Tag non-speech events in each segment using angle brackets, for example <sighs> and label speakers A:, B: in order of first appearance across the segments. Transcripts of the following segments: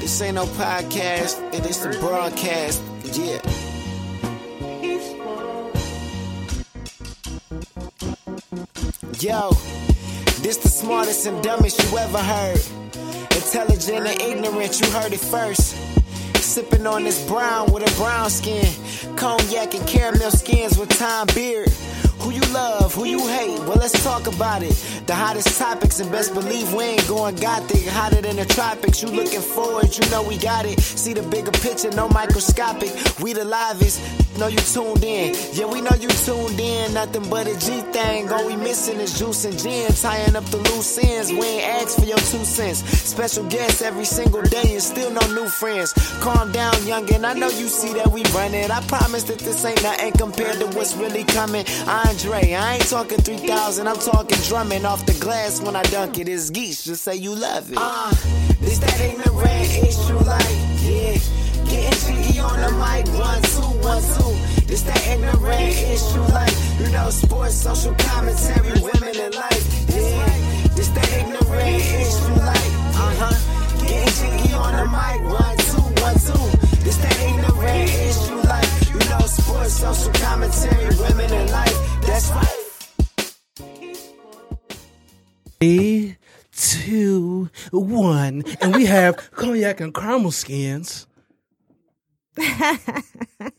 A: This ain't no podcast, it is a broadcast. Yeah. Yo, this the smartest and dumbest you ever heard. Intelligent and ignorant, you heard it first. Sipping on this brown with a brown skin. Cognac and caramel skins with time beard. Who you love, who you hate, well let's talk about it. The hottest topics and best believe we ain't going gothic. Hotter than the tropics, you looking forward, you know we got it. See the bigger picture, no microscopic. We the livest, know you tuned in. Yeah, we know you tuned in, nothing but a G thing. All we missing is juice and gin, tying up the loose ends. We ain't asked for your two cents. Special guests every single day and still no new friends. Calm down, youngin', I know you see that we running. I promise that this ain't nothing compared to what's really coming. Andre, I ain't talking 3,000, I'm talking drumming off the glass when I dunk it. It's geese, just say you love it. Uh, this that ignorant, it's true light, yeah. Getting jiggy on the mic, one, two, one, two. This that ignorant issue, like, you know, sports, social commentary, women in life, yeah. This that ignorant issue, like, uh huh. Getting jiggy on the mic, one, two, one, two. This that ignorant issue, like, you know, sports, social commentary, women in life, that's right.
B: Three, two, one, and we have cognac and caramel
C: <laughs>
B: skins. oh, they go!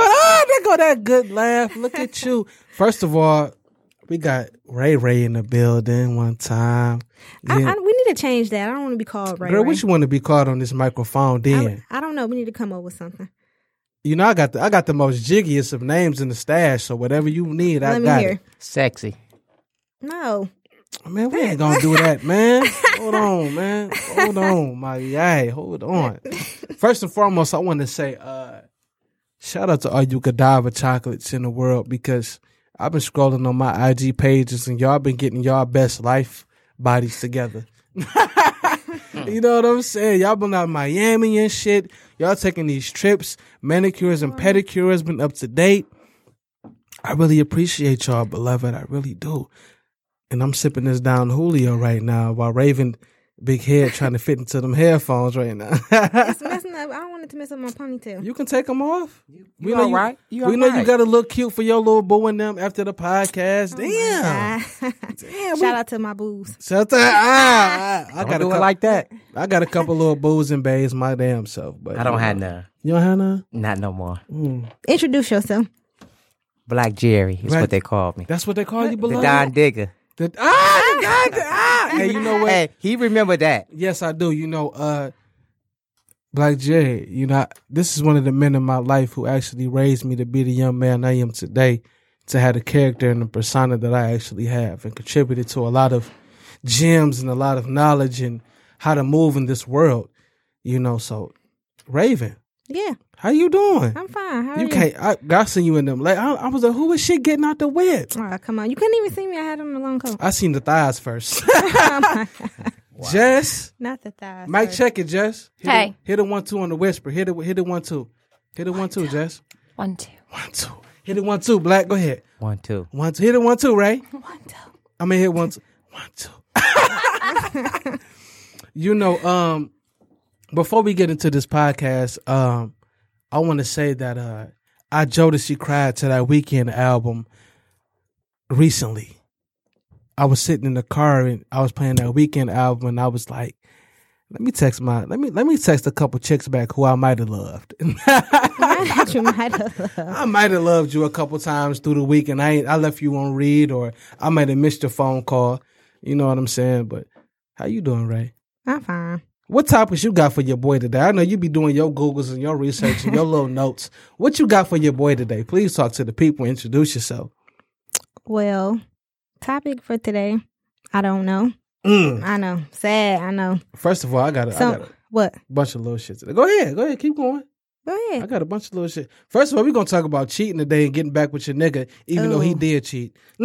B: Oh, they go that good laugh. Look at you. First of all, we got Ray Ray in the building one time.
C: I,
B: Yeah.
C: I, we need to change that. I don't want to be called Ray.
B: Girl,
C: Ray.
B: what you want to be called on this microphone? Then
C: I, I don't know. We need to come up with something.
B: you know I got the I got the most jiggiest of names in the stash. So whatever you need, I
C: Let me
B: got
C: hear.
B: it.
D: Sexy.
C: No,
B: Man, we ain't gonna do that, man. Hold on, man. Hold on, my guy. Hold on. First and foremost, I want to say uh, shout out to all you cadaver chocolates in the world because I've been scrolling on my IG pages and y'all been getting y'all best life bodies together. <laughs> you know what I'm saying? Y'all been out in Miami and shit. Y'all taking these trips, manicures and pedicures been up to date. I really appreciate y'all, beloved. I really do. And I'm sipping this down Julio right now while Raven big head trying to fit into them headphones right now. <laughs>
C: it's messing up. I don't want it to mess up my ponytail.
B: you can take them off. You,
D: you alright? You
B: we know you
D: alright? Oh
B: got to look cute for your little boo and them after the podcast.
C: <laughs>
B: Damn.
C: Shout out to my boobs.
B: Shut
D: <laughs>
B: the ah, I, I
D: I
B: got
D: gotta
B: a
D: do it
B: couple,
D: like that.
B: I got a couple little boos and bays my damn self, but
D: I don't
B: you
D: have
B: know.
D: none.
B: You don't have none.
D: Not no more.
B: Mm.
C: Introduce yourself.
D: Black Jerry is
B: Black-
D: what they called me.
B: That's what they call you,
D: The
B: beloved.
D: Don Digger.
B: The- ah, the Don Di- ah.
D: <laughs>
B: Hey, you know what?
D: Hey, he remembered that.
B: Yes, I do. You know, uh Black Jay, you know, I- this is one of the men in my life who actually raised me to be the young man I am today, to have the character and the persona that I actually have, and contributed to a lot of gems and a lot of knowledge and how to move in this world. You know, so Raven,
C: Yeah,
B: how you doing?
C: I'm fine. How are
B: you
C: you?
B: can't. I, I seen you in them. Like I, I was like, who is she getting out the whip?
C: Aw, come on. You couldn't even see me. I had on a long coat.
B: I seen the thighs first. <laughs> Jess.
C: Not the thighs.
B: Mike,
C: sorry.
B: check it, Jess. Hit
E: Hey.
B: the, hit the one two on the whisper. Hit it, hit the one two, hit the one two, Jess.
E: One, two.
B: One two, hit the one two. Black, go ahead.
D: One, two.
B: One two, hit the one two, Ray.
E: <laughs> One, two.
B: I'm gonna hit one two. One two. <laughs> you know, um, before we get into this podcast, um, I want to say that uh, I Jodeci cried to that weekend album recently. I was sitting in the car and I was playing that weekend album, and I was like, "Let me text my let me let me text a couple chicks back who I might have
E: <laughs>
B: loved." <laughs>
C: <laughs> I thought you might have.
B: I might have loved you a couple times through the week, and I ain't, I left you on read, or I might have missed your phone call. You know what I'm saying? But how you doing, Ray?
C: I'm fine.
B: What topics you got for your boy today? I know you be doing your googles and your research and your little notes. What you got for your boy today? Please talk to the people. Introduce yourself.
C: Well, topic for today. I don't know.
B: Mm.
C: I know. Sad. I know.
B: First of all, I gotta, I
C: So
B: gotta
C: What?
B: bunch of little shit. Today. Go ahead, go ahead, keep going.
C: Go
B: I
C: ahead.
B: got a bunch of little shit. First of all, we're gonna talk about cheating today and getting back with your nigga, even though he
C: Ooh.
B: did cheat. <laughs>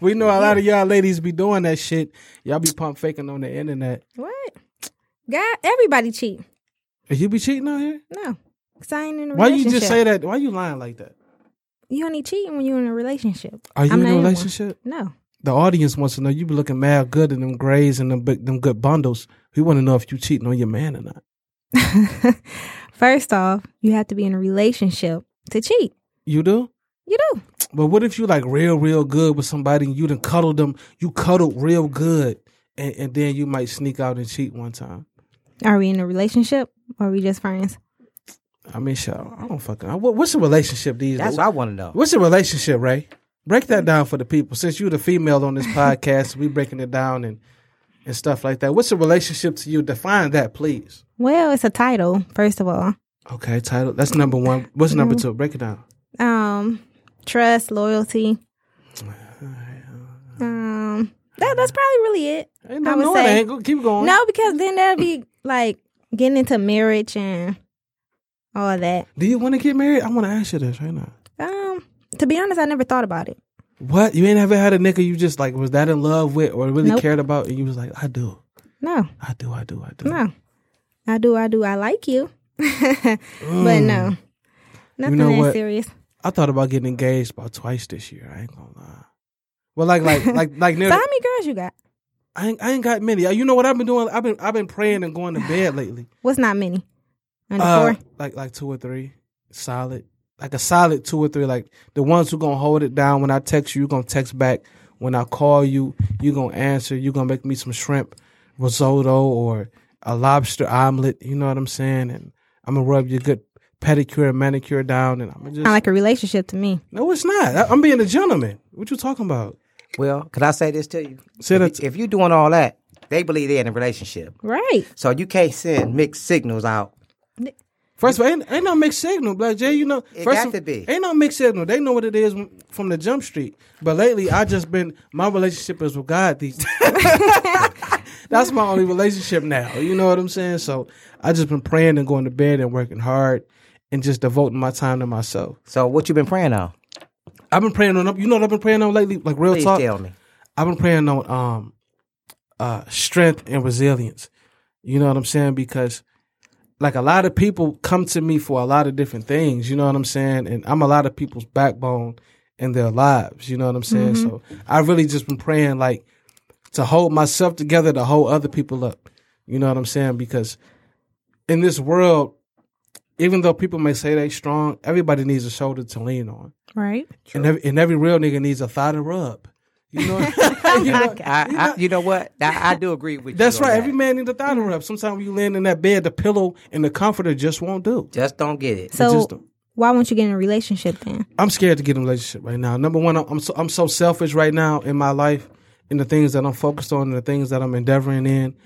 B: we know a lot of y'all ladies be doing that shit. Y'all be pump faking on the internet.
C: What? God, everybody cheat.
B: And you be cheating out here?
C: No, cause I ain't in a
B: Why you
C: relationship.
B: just say that? Why you lying like that?
C: You only cheating when you're in a relationship.
B: Are you
C: I'm
B: in
C: not
B: a
C: one.
B: relationship?
C: No. <laughs>
B: The audience wants to know. You be looking mad good in them grays and them big, them good bundles. We want to know if you cheating on your man or not.
C: First off, you have to be in a relationship to cheat.
B: You do?
C: You do.
B: But what if you like real, real good with somebody and you done cuddled them? You cuddled real good, and, and then you might sneak out and cheat one time.
C: Are we in a relationship or are we just friends?
B: I mean, shit, I don't fucking. I- what- What's a relationship these
D: That's
B: days?
D: what I want to know.
B: What's a relationship, Ray? Break that down for the people. Since you're the female
C: <laughs>
B: on this podcast, we breaking it down and and stuff like that. What's a relationship to you? Define that, please.
C: Well, it's a title, first of all.
B: Okay, title. That's number one. What's number
C: Mm-hmm.
B: two? Break it down.
C: Um,
B: <sighs>
C: trust, loyalty. Um, that, that's probably really it.
B: Ain't
C: I
B: no,
C: would
B: no, it
C: say-
B: ain't. Go- Keep going.
C: No, because then that'd be like getting into marriage and all that.
B: Do you want to get married? I want to ask you this right now.
C: Um, to be honest, I never thought about it.
B: What? You ain't ever had a nigga you just like was that in love with or really
C: Nope.
B: cared about and you was like, I do.
C: No,
B: I do, I do, I do.
C: no. I do, I do, I like you. <laughs> But no. Nothing
B: Mm. know
C: that
B: what?
C: serious.
B: I thought about getting engaged about twice this year. I ain't gonna lie. Well like like like like near
C: So how
B: the,
C: many girls you got?
B: I ain't, I ain't got many. You know what I've been doing? I've been I've been praying and going to bed lately.
C: What's not many? Under
B: Uh,
C: four?
B: like like two or three. Solid. Like a solid two or three. Like the ones who gonna hold it down when I text you, you gonna text back. When I call you, you gonna answer, you gonna make me some shrimp risotto or a lobster omelet, you know what I'm saying? And I'm gonna rub your good pedicure and manicure down and I'm gonna just
C: Not like a relationship to me.
B: No, it's not. I, I'm being a gentleman. What you talking about?
D: Well, can I say this to you?
B: Say that
D: If, if you're doing all that, they believe they're in a relationship.
C: Right.
D: So you can't send mixed signals out.
B: First of all, ain't, ain't no mixed signal, Black Jay. You know,
D: It
B: first
D: got
B: of-
D: to be.
B: Ain't no mixed signal. They know what it is from the jump street. But lately, I just been my relationship is with God. These <laughs> that's my only relationship now. You know what I'm saying? So I just been praying and going to bed and working hard and just devoting my time to myself.
D: So what you been praying on?
B: I've been praying on. You know what I've been praying on lately? Like real
D: Please
B: talk.
D: tell me.
B: I've been praying on um uh strength and resilience. You know what I'm saying? Because like a lot of people come to me for a lot of different things, you know what I'm saying? And I'm a lot of people's backbone in their lives, you know what I'm saying? So I've really just been praying like to hold myself together, to hold other people up. You know what I'm saying? Because in this world, even though people may say they strong, everybody needs a shoulder to lean on.
C: Right.
B: And every, and every real nigga needs a thigh to rub. You know, you know
D: I, I, you know what? I, I do agree with
B: that's
D: you. on
B: right.
D: that.
B: Every man needs a thigh to rub. Sometimes you land in that bed, the pillow and the comforter just won't do.
D: Just don't get it.
C: So
B: just don't-
C: why won't you get in a relationship then?
B: I'm scared to get in a relationship right now. Number one, I'm- I'm so, I'm so selfish right now in my life, in the things that I'm focused on, and the things that I'm endeavoring in,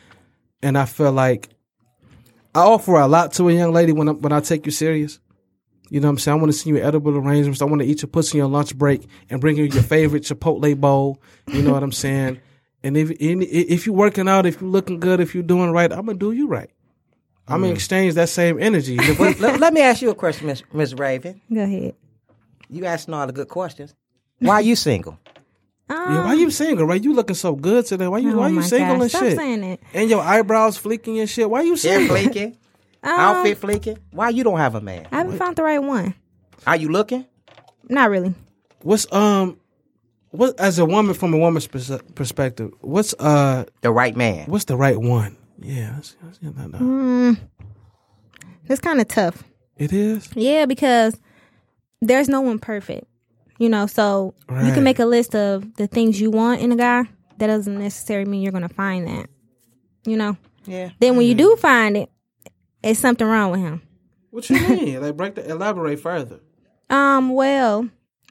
B: and I feel like I offer a lot to a young lady when I, when I take you serious. You know what I'm saying? I want to see you in edible arrangements. I want to eat your pussy on lunch break and bring you your favorite Chipotle bowl. You know what I'm saying? And if and if you're working out, if you're looking good, if you're doing right, I'm gonna do you right. I'm gonna exchange that same energy. And if we-
D: let, let me ask you a question, Miss Miss Raven.
C: Go ahead.
D: You asking all the good questions. Why are you single?
B: Yeah,
C: Um,
B: why you single, right? You looking so good today. Why you
C: Oh
B: why you
C: my
B: single
C: gosh,
B: and
C: stop
B: shit?
C: saying it.
B: And your eyebrows fleeking and shit. Why you
C: <laughs>
D: Hair
B: single?
D: flaking,
C: Um,
D: outfit flaking. Why you don't have a man?
C: I haven't found the right one.
D: Are you looking?
C: Not really.
B: What's um what as a woman from a woman's pers- perspective, what's uh
D: The right man.
B: what's the right one? Yeah, that's, that's, yeah, no, no.
C: Mm. It's kind of tough.
B: it is.
C: Yeah, because there's no one perfect. You know, so you
B: Right.
C: can make a list of the things you want in a guy. That doesn't necessarily mean you're going to find that. You know?
D: Yeah. Mm-hmm.
C: Then when you do find it, it's something wrong with him.
B: What you mean? like break the elaborate further.
C: Um, well,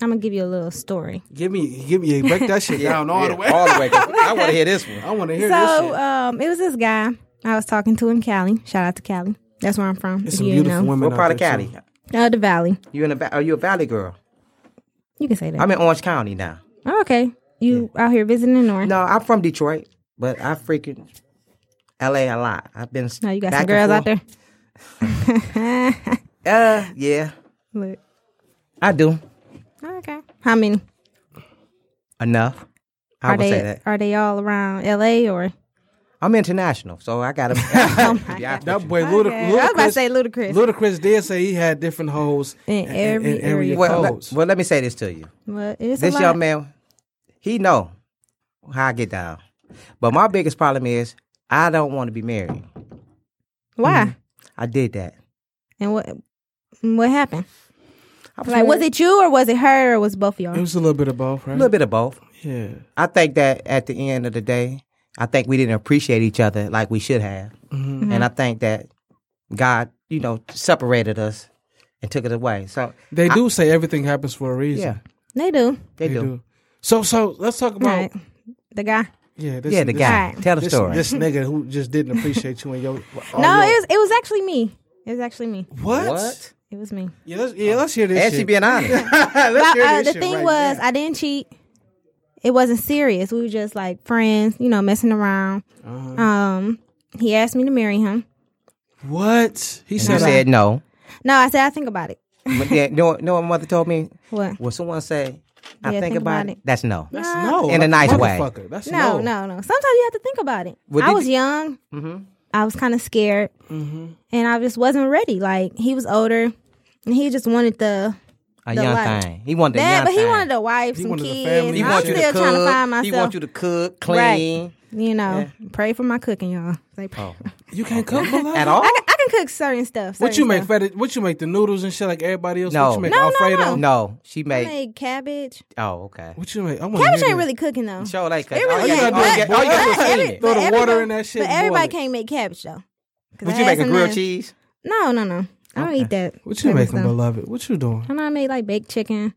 C: I'm going to give you a little story.
B: Give me give me break that shit down all the
D: <laughs> Yeah,
B: way.
D: All the way. I want to hear this one.
B: <laughs> I wanna hear this
C: So
B: shit.
C: um, it was this guy I was talking to in Cali. Shout out to Cali. That's where I'm from.
B: There's
C: if
B: some
C: you
B: beautiful
C: know.
B: women.
D: What
B: out
D: part of
B: there,
D: Cali?
B: too.
C: Uh, the Valley.
D: You in a va- are you a Valley girl?
C: You can say that.
D: I'm in Orange County now.
C: Oh, okay. You out here visiting the North.
D: No, I'm from Detroit, but I freaking LA a lot. I've been.
C: Now you got
D: back
C: some
D: and
C: girls out
D: forth.
C: there.
D: Uh, yeah,
C: Look.
D: I do
C: Okay. How many?
D: enough. I
C: Are
D: would
C: they
D: say that.
C: are they all around LA or
D: I'm international, so
C: <laughs>
D: I got to.
C: my
B: That boy Luda,
C: Okay. I
B: Ludacris,
C: was about to say Ludacris.
B: Ludacris did say he had different hoes
C: In
B: a-
C: every area.
D: <laughs> well, let,
B: codes.
D: well, let me say this to you.
C: well, it's a
D: this
C: lot.
D: young man, he know how I get down. But my biggest problem is I don't want to be married.
C: Why?
D: I did that.
C: Mm. And what mm, what happened?
D: I
C: Like was
D: married.
C: it you or was it her or was both of y'all?
B: it was a little bit of both, right?
D: a little bit of both?
B: Yeah.
D: I think that at the end of the day, I think we didn't appreciate each other like we should have, and I think that God, you know, separated us and took it away. So
B: They do say everything happens for a reason.
D: yeah,
C: they do.
D: they,
B: They
D: do.
B: do. So so let's talk
C: All
B: about
C: right. The guy.
B: yeah this,
D: Yeah, the
B: this-
D: guy.
C: Alright.
D: Tell the
B: This,
D: story.
B: this nigga who just didn't appreciate you and
D: <laughs>
B: your all
C: no,
B: your-
C: it was it was actually me. It was actually me.
B: what?
D: what?
C: It was me.
B: Yeah, let's, yeah, let's hear this.
D: And she
B: shit. <laughs>
D: being honest.
B: let's
C: But,
B: hear
C: uh,
B: this
C: the
B: shit
C: thing
B: right
C: was,
B: now.
C: I didn't cheat. It wasn't serious. We were just like friends, you know, messing around.
B: Uh-huh.
C: Um, he asked me to marry him.
B: what he
D: you
B: said. I-
D: said no.
C: No, I said I think about it.
D: But then, no, no, my mother told me.
C: What?
D: Well, someone say, I
C: Yeah,
D: think, about, it. That's no.
B: That's no,
D: In a
B: like,
D: nice way.
B: motherfucker. That's
C: No, no, no. Sometimes you have to think about it.
D: Well,
C: I
D: did
C: was
D: you-
C: young.
B: Mm-hmm.
C: I was kind of scared, and I just wasn't ready. Like he was older, and he just wanted the
D: A
C: The
D: young
C: life.
D: thing. He wanted a
C: that,
D: young
C: but he
D: thing.
C: wanted a wife,
B: He
C: some
B: wanted the
C: kids.
B: family. He
C: I'm
B: want
D: wants
B: you
D: you
C: still
D: to
C: trying to
D: cook.
C: find myself.
D: He wants you to cook, clean.
C: You know, pray for my cooking, y'all. Like,
B: You can't cook Malala?
D: At all?
C: I, can, I can cook certain stuff.
B: Oh. What
C: certain
B: you make?
C: Stuff.
B: Feta, what you make? The noodles and shit like everybody else.
D: No.
B: What you make?
D: No,
C: no,
B: Alfredo.
C: no.
D: No, she
C: I
D: made.
C: made cabbage.
D: Oh, okay.
B: What you make? I want
C: Cabbage ain't really cooking though.
D: Show like
C: It
B: Oh,
C: really
D: all you
C: ain't.
D: gotta do is get- all you gotta do
C: But
D: is clean
C: every-
D: it.
B: Throw the
C: but
B: water
C: everybody-
B: in that shit
C: But
B: and boil
C: everybody
B: it.
C: can't make cabbage though. 'Cause
D: Would
C: I
D: you
C: had
D: make a
C: some
D: grilled
C: nasty-
D: cheese?
C: No, no, no. I don't eat that.
B: What you
C: type of
B: making,
C: stuff.
B: beloved? What you doing?
C: I know I made like baked chicken.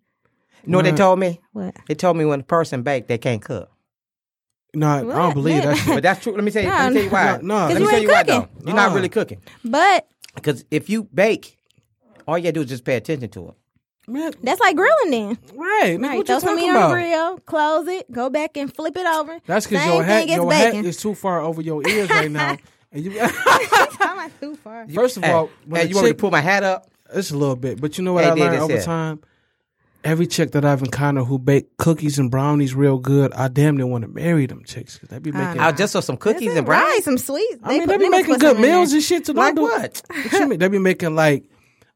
D: You know what they told me?
C: What?
D: They told me when a person baked, they
C: <laughs>
D: can't cook.
B: No, I I don't
C: What?
B: believe that shit.
D: But that's true. Let me tell you.
C: No,
D: let me tell you why.
B: no, no. 'Cause
D: Let me
C: you
D: tell
C: ain't
D: you why though.
C: cooking.
D: You're not
B: No.
D: really cooking
C: But
D: because if you bake, all you gotta do is just pay attention to it.
B: Man,
C: that's like grilling then.
B: right. nigga,
C: Right,
B: what
C: throw
B: you
C: some meat
B: talking
C: on the
B: about?
C: grill, close it, go back and flip it over.
B: That's because
C: Same
B: your hat,
C: thing as
B: your hat
C: bacon. <laughs>
B: is too far over your ears right now. And you, <laughs>
C: I'm like too far.
B: first of
D: Hey,
B: all, when
D: hey,
B: a
D: you want me to
B: chick-
D: pull my hat up?
B: It's a little bit, but you know what
D: They
B: I
D: did
B: learned
D: this,
B: over
D: yeah.
B: time? Every chick that I've encountered who bake cookies and brownies real good, I damn near want to marry them chicks because they
C: Uh.
B: be making.
D: I'll just for some cookies and brownies.
C: some sweets.
B: I mean,
C: put-
B: they be
C: niggas
B: making
C: put
B: good
C: some in
B: meals
C: there.
B: and shit. So
D: Like
B: don't do-
D: what?
B: <laughs> What you mean? They be making like,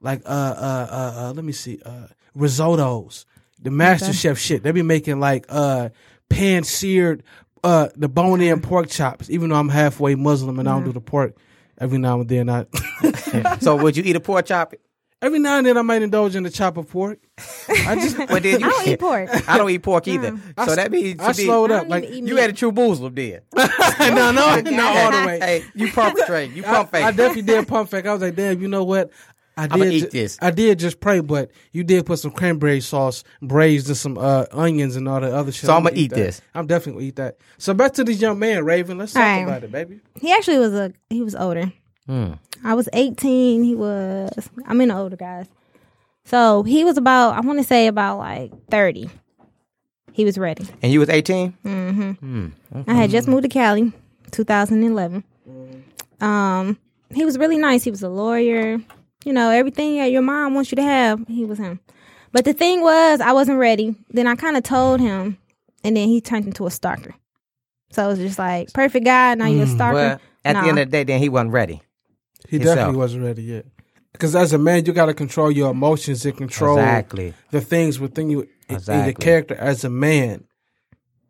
B: like uh uh uh, uh let me see, uh risottos, the Master Chef shit. They be making like uh pan seared, uh the bone in pork chops. Even though I'm halfway Muslim and I don't do the pork, every now and then I, <laughs>
D: So would you eat a pork chop?
B: every now and then I might indulge in the chop of pork. I
D: <laughs>
B: just
D: But then you,
C: I don't eat pork.
D: I don't eat pork either. So that means
B: I
D: to be,
B: slowed
C: I
B: up
C: don't
B: like
C: even eat
D: you
C: meat.
D: had a true
C: <laughs>
D: Muslim then.
B: <laughs> no no no all the way.
D: Hey, you pump trade. You pump
B: I, I
D: fake.
B: definitely did pump fake. I was like, damn, you know what? I did.
D: I'ma eat
B: ju-
D: this.
B: I did just pray, but you did put some cranberry sauce braised and some uh, onions and all the other shit.
D: So
B: I'ma
D: I'ma eat
B: that.
D: this.
B: I'm definitely gonna eat that. So back to this young man, Raven. Let's talk
C: All right.
B: about it, baby.
C: He actually was a he was older.
B: Hmm.
C: I was eighteen. He was I'm in the older guys. So he was about I want to say about like thirty. He was ready.
D: And you was 18?
C: I had just moved to Cali, 2011. Um, he was really nice. He was a lawyer. You know, everything that your mom wants you to have, he was him. But the thing was, I wasn't ready. Then I kind of told him, and then he turned into a stalker. So it was just like, perfect guy, now you're a stalker.
D: Well, at
C: Nah.
D: the end of the day, then he wasn't ready.
B: He
D: Himself.
B: definitely wasn't ready yet. Because as a man, you got to control your emotions and control
D: Exactly.
B: the things within you in- in your
D: Exactly.
B: character as a man.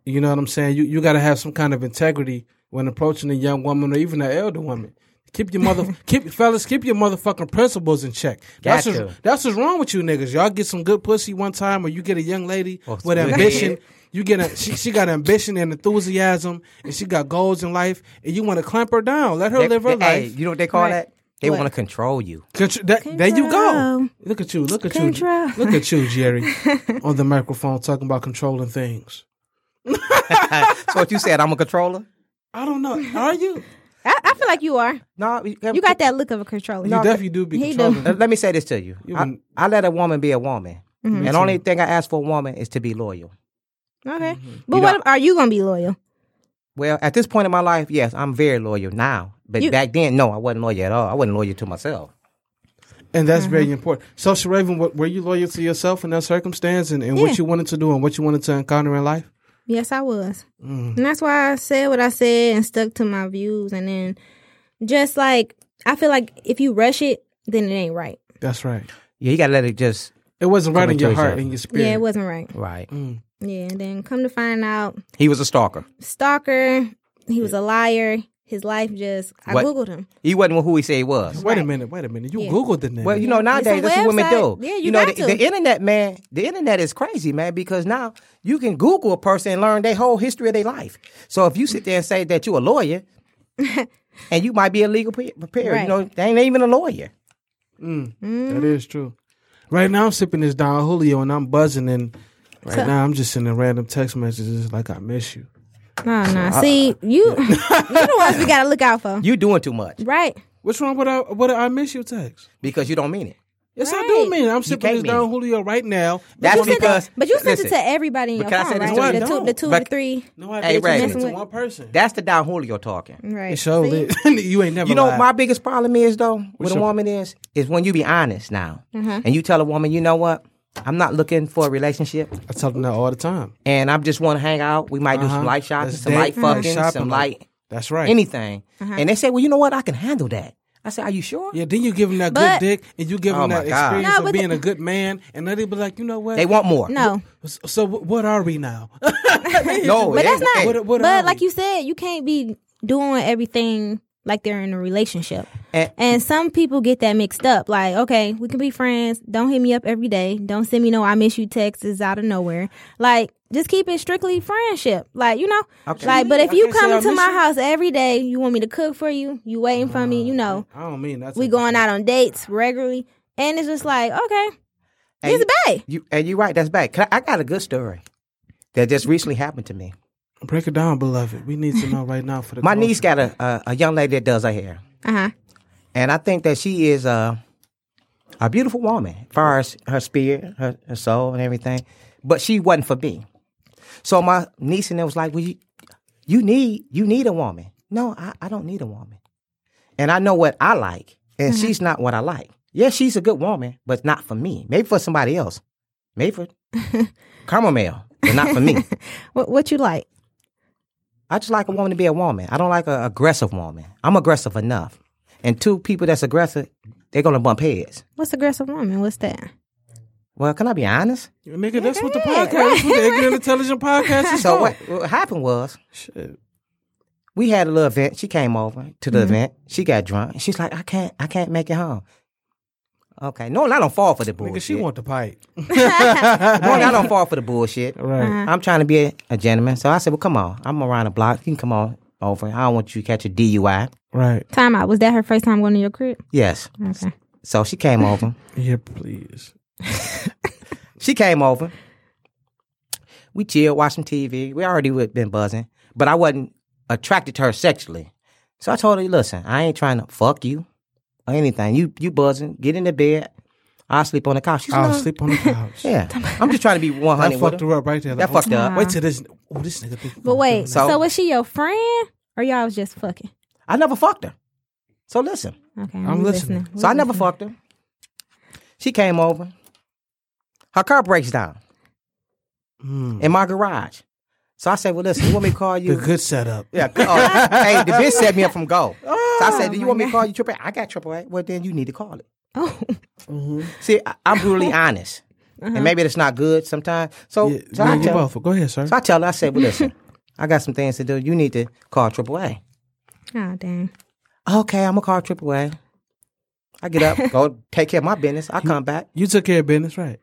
B: You know what I'm saying? You you got to have some kind of integrity when approaching a young woman or even an elder woman. Keep your
D: <laughs>
B: mother, keep fellas, keep your motherfucking principles in check. That's
D: Got
B: what's,
D: to.
B: that's what's wrong with you niggas. Y'all get some good pussy one time, or you get a young lady
D: Or some
B: with
D: Oh, good
B: ambition.
D: <laughs> head.
B: You get a she, she got ambition and enthusiasm, and she got goals in life, and you want to clamp her down, let her
D: They-
B: live her
D: they- hey,
B: life.
D: you know what they call
C: Right.
D: that? They
C: What?
D: want to control you.
B: Contr- that- there you go.
C: Control.
B: Look at you. Look at
C: Control.
B: you. Look at you,
C: <laughs>
B: Jerry, on the microphone talking about controlling things.
D: So what you said, I'm a controller?
B: I don't know. Are you?
C: I, I feel like you are.
D: No.
C: You got that look of a controller.
B: you definitely do be
C: he
B: controlling.
D: Let let me say this to you.
B: You
D: I,
B: been-
D: I let a woman be a woman.
C: Mm-hmm.
D: And the only thing I ask for a woman is to be loyal.
C: Okay. But what are you going to be loyal?
D: Well, at this point in my life, yes, I'm very loyal now. But
C: You-
D: back then, no, I wasn't loyal at all. I wasn't loyal to myself.
B: And that's very
C: Uh-huh.
B: important. So, Sharaven, what, were you loyal to yourself in that circumstance and, and
C: Yeah.
B: what you wanted to do and what you wanted to encounter in life?
C: Yes, I was.
D: Mm.
C: And that's why I said what I said and stuck to my views. And then just like, I feel like if you rush it, then it ain't right.
B: That's right.
D: Yeah, you gotta let it just
B: It wasn't right in
D: into
B: your heart
D: yourself.
B: and your spirit.
C: Yeah, it wasn't right.
D: right.
C: Mm. Yeah. And then come to find out,
D: He was a stalker.
C: stalker, he was a liar. His life just, I
D: What?
C: Googled him.
D: He wasn't who he said he was.
B: Wait a minute. Wait a minute. You
C: Yeah.
B: Googled the name.
D: Well, you know,
C: It's a
D: nowadays that's what women do.
C: website. Yeah, you
D: know
C: got
D: the,
C: to.
D: the internet, man. The internet is crazy, man, because now you can Google a person and learn their whole history of their life. So if you sit there and say that you're a lawyer,
C: <laughs>
D: and you might be a legal pre- preparer,
C: Right.
D: you know, they ain't even a lawyer.
B: That is true. Right now, I'm sipping this Don Julio and I'm buzzing. And right
C: So-
B: now, I'm just sending random text messages like, I miss you.
C: No, no. Oh, See,
D: <laughs>
C: you, you the ones we gotta look out for,
D: You doing too much
C: right?
B: What's wrong with I, what I miss you text?
D: because you don't mean it.
B: Yes, I
C: Right.
B: do mean it. I'm sipping
D: can't
B: this
D: mean
B: Don
D: it.
B: Julio right now.
D: That's
C: you sent
D: because
C: it, but you sent
D: listen,
C: it to everybody in your
D: but can I
C: phone,
D: say this
C: right?
B: to
C: The
B: you?
C: two, the two,
D: But-
C: the three,
B: No, I
D: Hey,
B: did
D: Ray.
B: send it to
C: Messing
B: one
C: with-
B: person.
D: That's the Don Julio talking.
C: right?
B: It showed
C: See?
B: <laughs> it. you ain't never.
D: You know,
B: lied.
D: my biggest problem is though with
B: your-
D: a woman is is when you be honest now,
C: Mm-hmm.
D: and you tell a woman, you know what, I'm not looking for a relationship,
B: I tell them that all the time.
D: and I just want to hang out. We might do
B: Uh-huh.
D: some light shopping,
B: That's
D: some
B: date,
D: light
B: that's
D: fucking,
B: shopping,
D: some
B: like-
D: light
B: That's right.
D: anything.
C: Mm-hmm.
D: And they say, well, you know what, I can handle that. I say, are you sure?
B: yeah, then you give them that
C: But-
B: good dick, and you give
D: Oh
B: them
D: my
B: that
D: God.
B: experience
C: No,
B: of
C: but
B: being
C: the-
B: a good man, and then they be like, you know what?
D: They want more.
C: No,
B: so, so wh- what are we now? <laughs>
D: no,
C: but
D: they-
C: that's not.
D: hey,
B: What- what are
C: but
B: we?
C: like you said, you can't be doing everything like they're in a relationship.
D: And-
C: And some people get that mixed up. Like, okay, we can be friends. Don't hit me up every day. Don't send me no I miss you texts out of nowhere. Like, just keep it strictly friendship. Like, you know,
D: Okay.
C: like. But if
B: I
C: you
B: can't say I
C: come to
B: miss
C: my
B: you.
C: house every day, you want me to cook for you. You waiting for me. You know,
B: I don't mean that's
C: we going out on dates regularly, and it's just like, okay,
D: and
C: it's bae.
D: you, and you're right. That's bad. 'Cause I got a good story that just recently happened to me.
B: Break it down, beloved. We need to know right now for the
D: <laughs> My
B: culture.
D: niece got a, a a young lady that does her hair.
C: Uh huh.
D: And I think that she is a, a beautiful woman, as far as her spirit, her, her soul, and everything. But she wasn't for me. So my niece and them was like, "Well, you, you need you need a woman." No, I, I don't need a woman. And I know what I like, and she's not what I like. Yeah, she's a good woman, but not for me. Maybe for somebody else. Maybe for Carmel, but not for me.
C: What what you like?
D: I just like a woman to be a woman. I don't like an aggressive woman. I'm aggressive enough. And two people that's aggressive, they're gonna bump heads.
C: What's aggressive woman? What's that?
D: Well, can I
B: <laughs>
D: be honest?
B: nigga. That's what the podcast. That's
D: <laughs>
B: what the ignorant intelligent podcast is
D: So
B: for.
D: what, what happened was
B: Shit. Mm-hmm.
D: we had a little event. She came over to the event. She got drunk. She's like, I can't, I can't make it home. Okay, no, I don't fall for the bullshit.
B: Nigga, she want the pipe.
D: no, I don't fall for the
B: <laughs>
D: bullshit.
B: Right.
D: I'm trying to be a, a gentleman. So I said, well, come on. I'm around the block. You can come on over. I don't want you to catch a DUI.
B: Right.
C: Time out. Was that her first time going to your crib?
D: Yes.
C: Okay.
D: So she came over.
B: Yeah, please.
D: She came over. We chilled, watched some TV. We already would been buzzing, but I wasn't attracted to her sexually. So I told her, "Listen, I ain't trying to fuck you or anything. You you buzzing? Get in the bed. I'll sleep on the couch." She's
B: I'll
D: like,
B: sleep on <laughs> the couch.
D: Yeah, I'm
B: <laughs>
D: just trying to be one
B: That
D: hundred with
B: fucked
D: her.
B: her up right there.
D: That
B: Like,
D: fucked her up.
B: Wait till this. Oh, this nigga. Think
C: But wait, so,
D: So-
C: was she your friend or y'all was just fucking?
D: I never fucked her. So listen.
C: Okay,
B: I'm
C: we
B: listening.
C: We
D: So I
B: Mm-hmm.
D: never fucked her. She came over. Her car breaks down
B: Hmm.
D: in my garage. So I said, "Well, listen, you want me
B: <laughs>
D: to call you?"
B: the good setup.
D: Yeah. oh, <laughs> hey, the bitch set me up from go. so I said, "Do you want me to call you triple A?" I got triple A. Well, then you need to call it. Mm-hmm.
C: Oh,
D: See, I, I'm brutally honest, and maybe that's not good sometimes. So,
B: Yeah,
D: so,
B: yeah,
D: I
B: you
D: tell,
B: both. Go ahead, sir.
D: so I tell her, I said, "Well, listen, I got some things to do. You need to call triple A."
C: oh dang.
D: Okay, I'm gonna call triple A. I get up, go take care of my business. I come back.
B: You took care of business, right?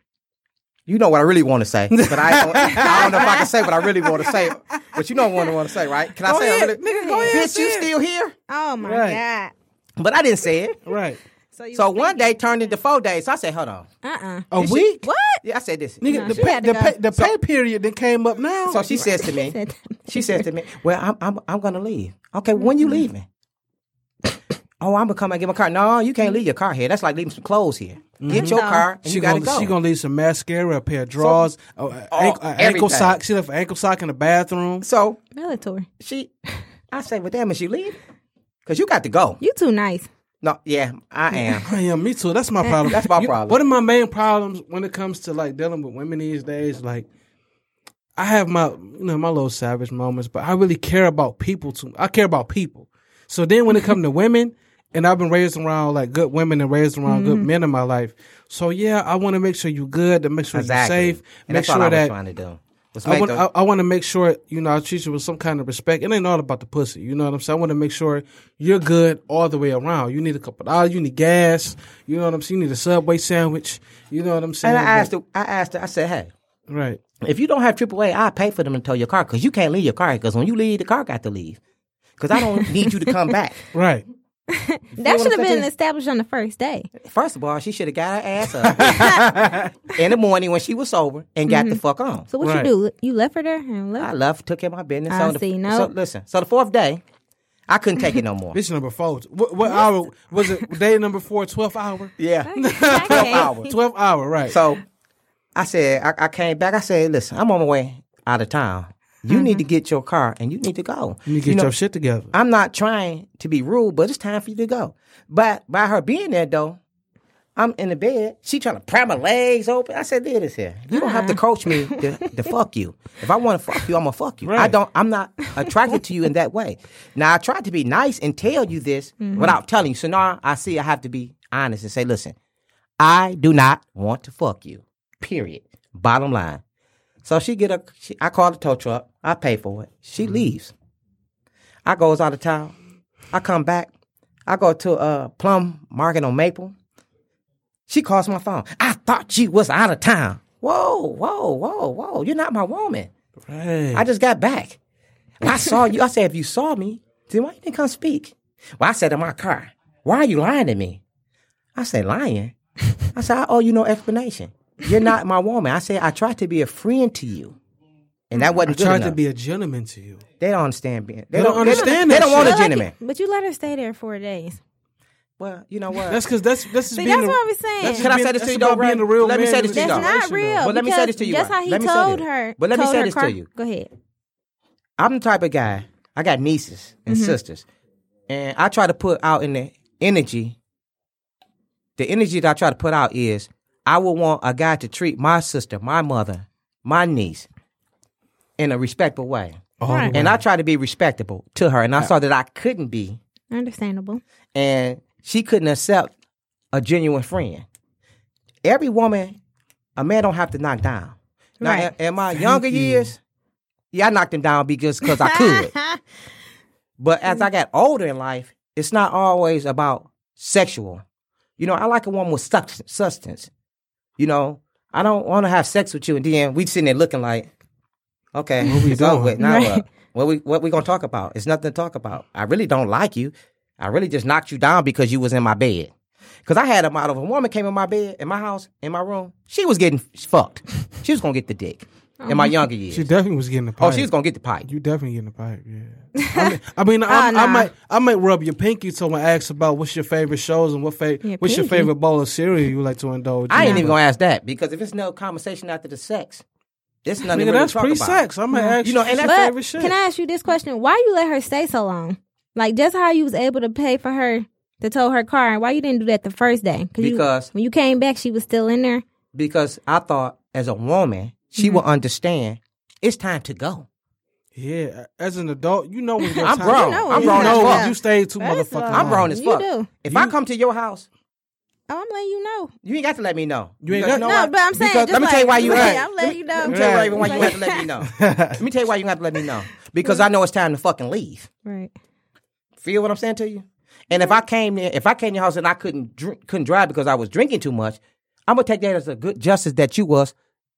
D: You know what I really want to say, but I don't, I don't know if I can say what I really want to say. But you know what I want to say, right? Can I say? I really, bitch, you still here?
C: Oh my
B: Right.
D: But I didn't say it.
B: Right.
C: god. you
D: So one day turned into four days. So I said, hold on.
C: uh uh
B: A
D: This
B: week?
D: shit-
C: What?
D: Yeah, I said this.
B: Nigga, the,
C: she
B: pay,
C: had
B: the,
C: to
B: pay,
C: go.
B: the pay period that came up now.
D: So she says
B: <laughs>
D: to me,
C: Said that.
B: Mm-hmm.
D: she says to me, well, I'm, I'm, I'm going to leave. Okay, when you leaving? <laughs> Oh, I'm gonna come and get my car. No, you can't leave your car here. That's like leaving some clothes here. Get your
C: No.
D: car and
B: Mm-hmm. She
D: you gotta
B: gonna
D: go.
B: she gonna leave some mascara, a pair of drawers, a- a, ankle, a ankle
D: everything.
B: sock. She left an ankle sock in the bathroom.
D: so
C: Relator.
D: she, I say, well, damn, is she leave? Cause you got to go.
C: You too nice.
D: No, yeah,
B: <laughs>
D: I am.
B: I am me too. That's my problem.
D: That's my problem.
B: One of my main problems when it comes to like dealing with women these days, like I have my you know my little savage moments, but I really care about people too. I care about people. So then when it
D: <laughs>
B: comes to women, and I've been raised around like good women and raised around
D: Mm-hmm.
B: good men in my life. So yeah, I want to make sure you're good, to make sure
D: Exactly.
B: you're safe,
D: And
B: make
D: that's all
B: sure
D: I was
B: that
D: trying to do. Was
B: I
D: make
B: want,
D: the-
B: I, I want to make sure you know I treat you with some kind of respect. It ain't all about the pussy, you know what I'm saying. I want to make sure you're good all the way around. You need a couple dollars, you need gas, you know what I'm saying. You need a subway sandwich, you know what I'm saying.
D: and I asked
B: But-
D: her. I asked her. I said, hey.
B: right?
D: If you don't have AAA, I pay for them to tow your car because you can't leave your car. Because when you leave, the car got to leave. Because I don't need you
C: <laughs>
D: to come back.
B: Right.
C: That
D: what
C: should have
D: I'm
C: been
D: saying?
C: established on the first day.
D: First of all, she should have got her ass up <laughs> in the morning when she was sober and got the fuck on.
C: Mm-hmm. So what
B: Right.
C: you do? You left her there and
D: I
C: left.
D: left, took care of my business.
C: I
D: so
C: see,
D: The,
C: no.
D: so listen. So the fourth day, I couldn't take it
B: <laughs>
D: no more.
B: Bitch number four. What, what hour was it? Day number four, 12 hour.
D: yeah. <laughs>
C: Okay.
D: hours.
B: 12 hour. Right.
D: So I said, I, I came back. I said, listen, I'm on my way out of town. You
C: Mm-hmm.
D: need to get your car and you need to go.
B: you need to get your shit together.
D: I'm not trying to be rude, but it's time for you to go. But by her being there though, I'm in the bed. She trying to pry my legs open. I said, "There it is here. You don't have to coach me to, to fuck you. If I want to fuck you, I'm gonna fuck you. I
B: Right.
D: don't. I'm not attracted to you in that way. Now I tried to be nice and tell you this without telling you. So now I see I have to be honest and say, listen, I do not want to fuck you. Period. Bottom line. So she get a. She, I call the tow truck. I pay for it. She leaves. I goes out of town. I come back. I go to uh, Plum Market on Maple. She calls my phone. I thought you was out of town. Whoa, whoa, whoa, whoa! You're not my woman.
B: Right.
D: I just got back. Well, I saw you. I said, if you saw me, then why you didn't come speak? Well, I said in my car. Why are you lying to me? I said, lying. I said, I owe you no explanation. You're not my woman. I said, I tried to be a friend to you, and that
B: I
D: wasn't good
B: tried
D: enough.
B: to be a gentleman to you.
D: they don't understand being. They,
B: They
D: don't,
B: don't understand
D: They,
B: that
D: don't want
B: shit.
D: a gentleman.
C: But you let her stay there four days.
D: Well, you know what?
B: That's because that's this is
C: See,
B: being
C: that's
B: the-
C: what I was saying.
B: that's
D: Can I
B: being-
D: say this
B: that's
D: to you,
B: about
D: though, Brad?
B: being the real
D: Let me
B: man
D: say
B: in
D: this
B: the
D: to you, though.
C: That's
D: Situation,
C: not
B: situation,
C: real.
B: though.
D: But let me say
C: because
D: this to you,
C: That's
D: right?
C: how he
D: Let me say
C: told
D: this.
C: her.
D: But let me
C: told
D: say
C: her
D: this to
C: car-
D: you.
C: Go ahead.
D: I'm the type of guy. I got nieces and sisters, and I try to put out in the energy. The energy that I try to put out is I would want a guy to treat my sister, my mother, my niece in a respectful way,
B: All the
C: Right.
B: way.
D: and I try to be respectable to her. And I saw that I couldn't be,
C: Understandable.
D: and she couldn't accept a genuine friend. Every woman, a man don't have to knock down. Now,
C: Right.
D: in, in my younger years, yeah, I knocked him down because because I
C: <laughs>
D: could. But as I
B: Mm-hmm.
D: got older in life, it's not always about sexual. You know, I like a woman with subs- substance. You know, I don't want to have sex with you and then we sitting there looking like, okay, what
B: we doing?
D: Now
B: <laughs>
C: Right.
D: what? What we what we gonna talk about? It's nothing to talk about. I really don't like you. I really just knocked you down because you was in my bed. Cause I had a model of a woman came in my bed, in my house, in my room. She was getting fucked. She was gonna get the dick in my younger years.
B: Uh-huh. She definitely was getting the
D: oh,
B: pipe.
D: she was gonna get the pipe.
B: You definitely getting a pipe, yeah. I
D: <laughs>
B: mean, I, mean, I,
C: Oh, nah.
B: I might, I might rub your pinky so when I ask about what's your favorite shows and what fa-
C: Your
B: what's your
C: pinky?
B: favorite bowl of cereal you like to indulge.
D: I ain't
B: in.
D: even gonna ask that because if it's no conversation after the sex, it's nothing
B: Nigga,
D: really
B: that's
D: to talk
B: pre
D: about. Mm-hmm.
B: sex. I'm gonna ask
D: You know, and
B: your
D: that's-
C: But
B: favorite shit.
C: can I ask you this question? Why you let her stay so long? Like just how you was able to pay for her to tow her car, and why you didn't do that the first day? you-
D: Because-
C: when you came back, she was still in there.
D: Because I thought as a woman, she
B: Mm-hmm.
D: will understand it's time to go.
B: yeah, as an adult, you know when your
D: I'm
B: time-
D: grown.
C: know
D: I'm
C: it.
B: You
D: grown as
B: know
D: fuck.
B: when you stayed too
C: First of
B: motherfucking.
C: all,
D: I'm
B: long.
D: grown as
C: You
D: fuck.
C: do.
D: If I come to your house,
C: Oh, I'm letting you know.
D: you ain't got to let me know.
B: You ain't got-
D: Because know
C: No,
D: what?
C: but I'm saying.
D: Because
C: just
D: let me
C: like,
D: tell you
C: <laughs>
D: why you
C: like,
D: ain't.
C: I'm letting you know.
D: Let me tell you
B: Right.
D: why you have
B: <laughs>
D: to let me know. let me tell you why you have to let me know. Because I know it's time to fucking leave.
C: <laughs> Right.
D: Feel what I'm saying to you? And
C: Mm-hmm.
D: if I came there, if I came to your house and I couldn't drink, couldn't drive because I was drinking too much, I'm gonna take that as a good justice that you was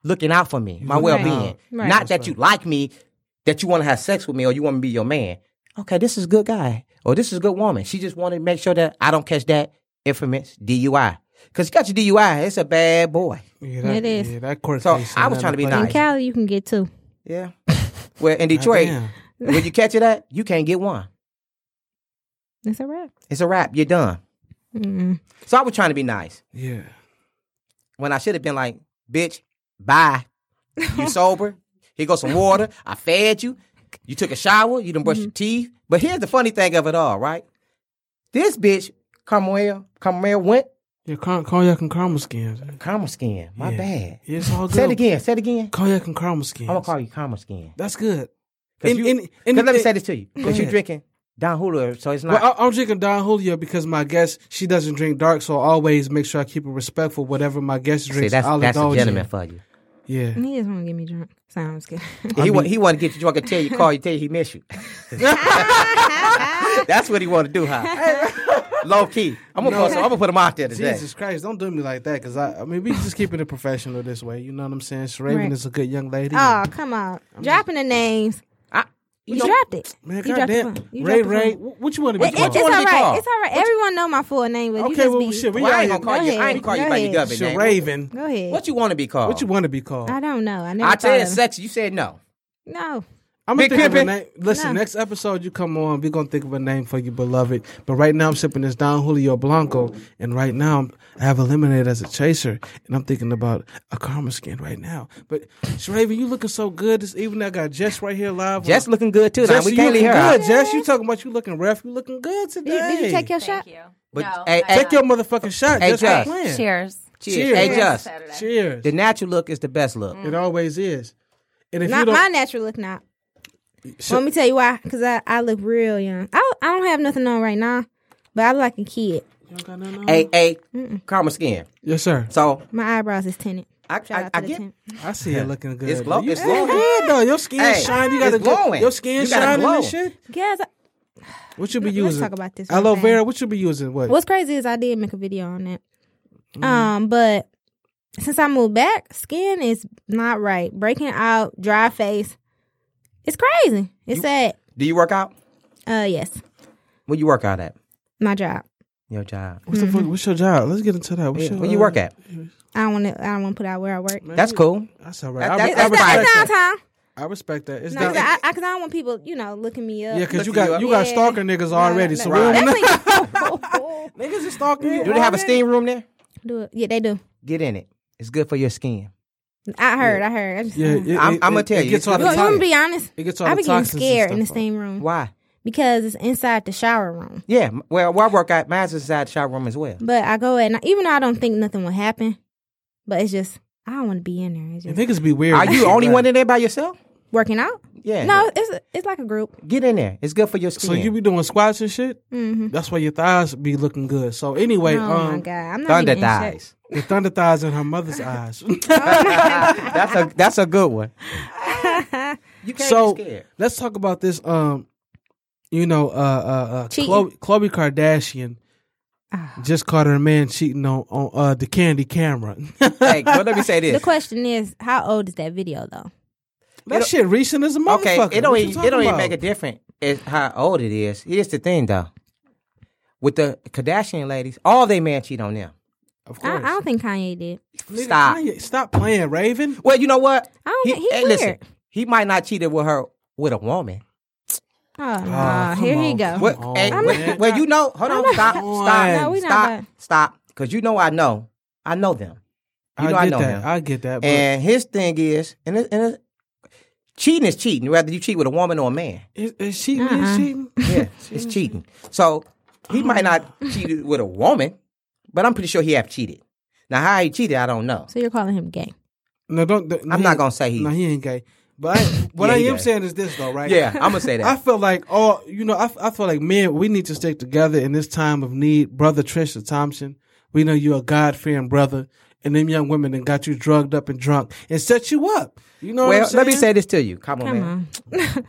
D: looking out for me, my well
C: looking
D: being.
C: out. Right.
D: Not that you like me, that you want to have sex with me or you want to be your man. Okay, this is a good guy or this is a good woman. She just wanted to make sure that I don't catch that infamous DUI. Cause you got your DUI, it's a bad boy.
B: Yeah, that,
C: It is.
B: Yeah, that court
D: So,
B: case
D: I
B: ain't nothing
D: was trying to be
B: but-
D: nice.
C: In Cali, you can get two. <laughs>
D: Yeah. Well, in Detroit,
B: Goddamn.
D: when you catch it at, you can't get one.
C: It's a wrap.
D: It's a wrap. You're done. So I was trying to be nice
B: Yeah.
D: when I should have been like, bitch, bye. You sober. Here goes some water. I fed you. You took a shower. You done brushed your teeth. But here's the funny thing of it all, right? This bitch, Carmel, Carmel went
B: Yeah, con- cognac and caramel skins.
D: Karma Skin. My
B: Yeah.
D: bad.
B: Yeah, it's all good.
D: Say it again. Say it again.
B: Cognac and caramel skins.
D: I'm gonna call you Karma Skin.
B: That's good.
D: 'Cause
B: And-
D: you-
B: and-
D: 'cause
B: and
D: let me
B: it-
D: say this to you. Because you're
B: ahead.
D: drinking Don Julio, so it's not.
B: Well, I, I'm drinking Don Julio because my guest she doesn't drink dark, so I always make sure I keep it respectful. Whatever my guest
D: See,
B: drinks,
D: that's,
B: I'll
D: that's a
B: indulge in.
D: gentleman for you.
B: Yeah,
C: He just want to get me drunk.
B: <laughs>
C: Sounds <laughs> good.
D: he want he want to get you drunk and tell you, call you, tell you he miss you.
B: <laughs>
C: Oh,
D: That's what he want to do,
C: <laughs>
D: huh? Low key. I'm gonna, put, I'm gonna put him out there today.
B: Jesus Christ, don't do me like that. Cause I, I mean, we just keeping it professional this way. You know what I'm saying? Shraven
C: Right.
B: is a good young lady.
C: oh, come on.
B: Mm.
C: Dropping the names.
D: I,
C: You, dropped it.
B: man,
C: you dropped the
B: goddamn,
C: phone. You
B: Ray,
C: dropped the
B: Ray,
C: phone.
B: wh- what you want to be
C: It, it,
B: called?
C: it's all
D: wanna be
C: right.
D: called?
C: It's all right. Everyone know my full name, but you
B: okay,
C: just
B: well,
C: be,
B: shit, we
D: Well, I
B: out
D: ain't
B: here.
D: gonna call you. I ain't
C: Go
D: call you by your
C: ahead.
D: government name.
B: Shraven.
C: Go ahead.
D: What you want to be called?
B: What you want to be called?
C: I don't know. I never
D: I
C: thought
D: said
C: of it.
D: sexy. You said no.
C: No.
B: I'm gonna
D: Big
B: think of a
D: pimpin'.
B: name. Listen,
C: No.
B: next episode you come on, we're gonna think of a name for you, beloved. But right now I'm sipping this Don Julio Blanco, and right now I'm, I have a lemonade as a chaser, and I'm thinking about a karma skin right now. But Shraven, you looking so good this evening. I got Jess right here live.
D: Jess looking good too. now.
B: Jess,
D: We
B: you
D: can't leave
B: looking
D: her. out.
B: good. Jess, you talking about you looking rough? You looking good today?
C: Did, did you take your shot?
E: Thank you.
D: But-
E: no,
D: hey,
E: I-
D: hey,
B: Take your motherfucking shot.
D: Hey,
B: Jess, stop
D: Jess.
B: playing.
E: cheers.
D: Cheers.
B: Cheers.
D: Hey,
B: Cheers.
D: Just.
E: Saturday.
B: Cheers.
D: The natural look is the best look.
B: It always is. And if you
C: Not
B: don't,
C: my natural look, not.
B: So-
C: Let me tell you why. Because I, I look real young. I, I don't have nothing on right now, but I look like a kid.
B: You don't got nothing on?
D: Hey, hey, karma skin.
B: yes, sir.
D: So
C: My eyebrows is tinted.
D: I,
C: Shout
D: I,
C: out
D: I
C: to the
D: get.
C: tent.
B: I see it looking good.
D: It's glow-
B: You-
D: it's
B: Hey,
D: glowing.
B: yeah, though. Your skin
D: Hey,
B: shine. You got
D: it's glowing.
B: Your skin
D: You gotta
B: shining
D: glow.
B: and shit.
C: <laughs> Yes. I-
B: What you be
C: Let's
B: using?
C: talk about this real
B: Aloe
C: fast.
B: vera. What you be using? What?
C: What's crazy is I did make a video on that. Um, but since I moved back, skin is not right. Breaking out, dry face. It's crazy. It's sad.
D: Do you work out?
C: Uh, yes,
D: Where you work out at?
C: my job.
D: Your job.
B: What's, the fuck, what's your job? Let's get into that. What's your,
D: Where you work at?
C: I don't want to. I don't want to put out where I work.
D: That's cool.
B: That's all right. I,
D: That-
B: re-
D: that-
B: I,
C: It's,
D: that's
C: not,
B: respect
C: it's
B: that.
C: downtown.
B: I respect that. It's
C: No,
B: down.
C: 'cause I, I, cause I don't want people, you know, looking me up.
B: yeah, because you
D: Look you
B: got
D: up.
B: you got
C: Yeah.
B: stalker niggas already. So we
D: Right.
B: don't know. <laughs>
C: Definitely.
B: niggas is stalking you.
D: Do they have a steam room there?
C: <laughs> do it. Yeah, they do.
D: Get in it. It's good for your skin.
C: I heard. I heard. I just,
B: Yeah, it-
D: I'm-
B: it-
D: I'ma
B: it-
D: tell
B: it
D: you,
B: Gets
D: it's
B: all the
C: you want you want
B: toxins.
C: to be honest?
B: It gets all
C: I
B: the
C: be getting
B: toxins. and
C: scared in the
B: stuff out.
C: steam room
D: Why?
C: because it's inside the shower room.
D: Yeah. m- Well, where I work at, mine's inside the shower room as well.
C: But I go and even though I don't think nothing will happen, but it's just I don't want to be in there. It's
B: And
C: just
B: Niggas be weird.
D: Are you the only one in there by yourself?
C: working out.
D: Yeah.
C: No, it's it's like a group.
D: Get in there. It's good for your skin.
B: So you be doing squats and shit.
C: hmm
B: That's why your thighs be looking good. So anyway,
C: oh my
B: um,
C: god, I'm not
D: thunder
C: even in shape. <laughs>
D: thighs.
B: the thunder thighs in her
D: <laughs>
B: mother's eyes. <laughs>
D: that's a that's a good one. you can't
B: so
D: be scared.
B: let's talk about this. Um, you know, uh, uh, uh
C: Cheating.
B: Chloe, Khloe Kardashian
D: Ah.
B: just caught her man cheating on, on uh the candy camera. <laughs>
D: hey, well, let me say
C: The
D: this.
C: question is, how old is that video though?
B: that shit recent as a motherfucker.
D: Okay, it don't
B: What you
D: even, it
B: talking
D: don't even
B: about?
D: make a difference as how old it is. Here's the thing though. With the Kardashian ladies, all they men cheat on them.
B: Of
C: I, I
B: course.
C: don't think Kanye did.
B: Nigga,
D: Stop.
B: Kanye, stop playing, Raven.
D: Well, you know what?
C: I don't think- he weird.
D: listen, he might not cheated with her with a woman.
C: Oh, no,
B: come
C: here he
B: on,
C: go.
B: come
D: What?
B: on,
D: hey,
B: I'm
D: well,
B: not-
D: well, you know, hold on, stop,
B: Come on.
D: stop,
C: No, we not
D: stop,
C: done.
D: stop, because you know I know, I know them, You know I
B: get
D: know
B: that.
D: him.
B: I get that. But
D: and his thing is, and, it, and it, cheating is cheating, whether you cheat with a woman or a man.
B: <laughs> is, is cheating?
D: Uh-uh.
B: is cheating?
D: <laughs> Yeah, it's cheating. So he
B: <sighs>
D: might not cheat with a woman, but I'm pretty sure he have cheated. Now how he cheated, I don't know.
C: So you're calling him gay?
B: No, don't. don't-
D: I'm
B: he-
D: not gonna say he-
B: No, he ain't gay. But I, what
D: <laughs> Yeah,
B: I
D: he
B: am
D: gay.
B: saying is this though, right?
D: Yeah, I'm gonna
B: <laughs>
D: say
B: I
D: that.
B: feel like all you know. I, I feel like men, we need to stick together in this time of need. Brother Trisha Thompson, we know you're a God fearing brother, and them young women that got you drugged up and drunk and set you up. You know what
D: Well,
B: I'm saying?
D: let me say this to you. Come on, man.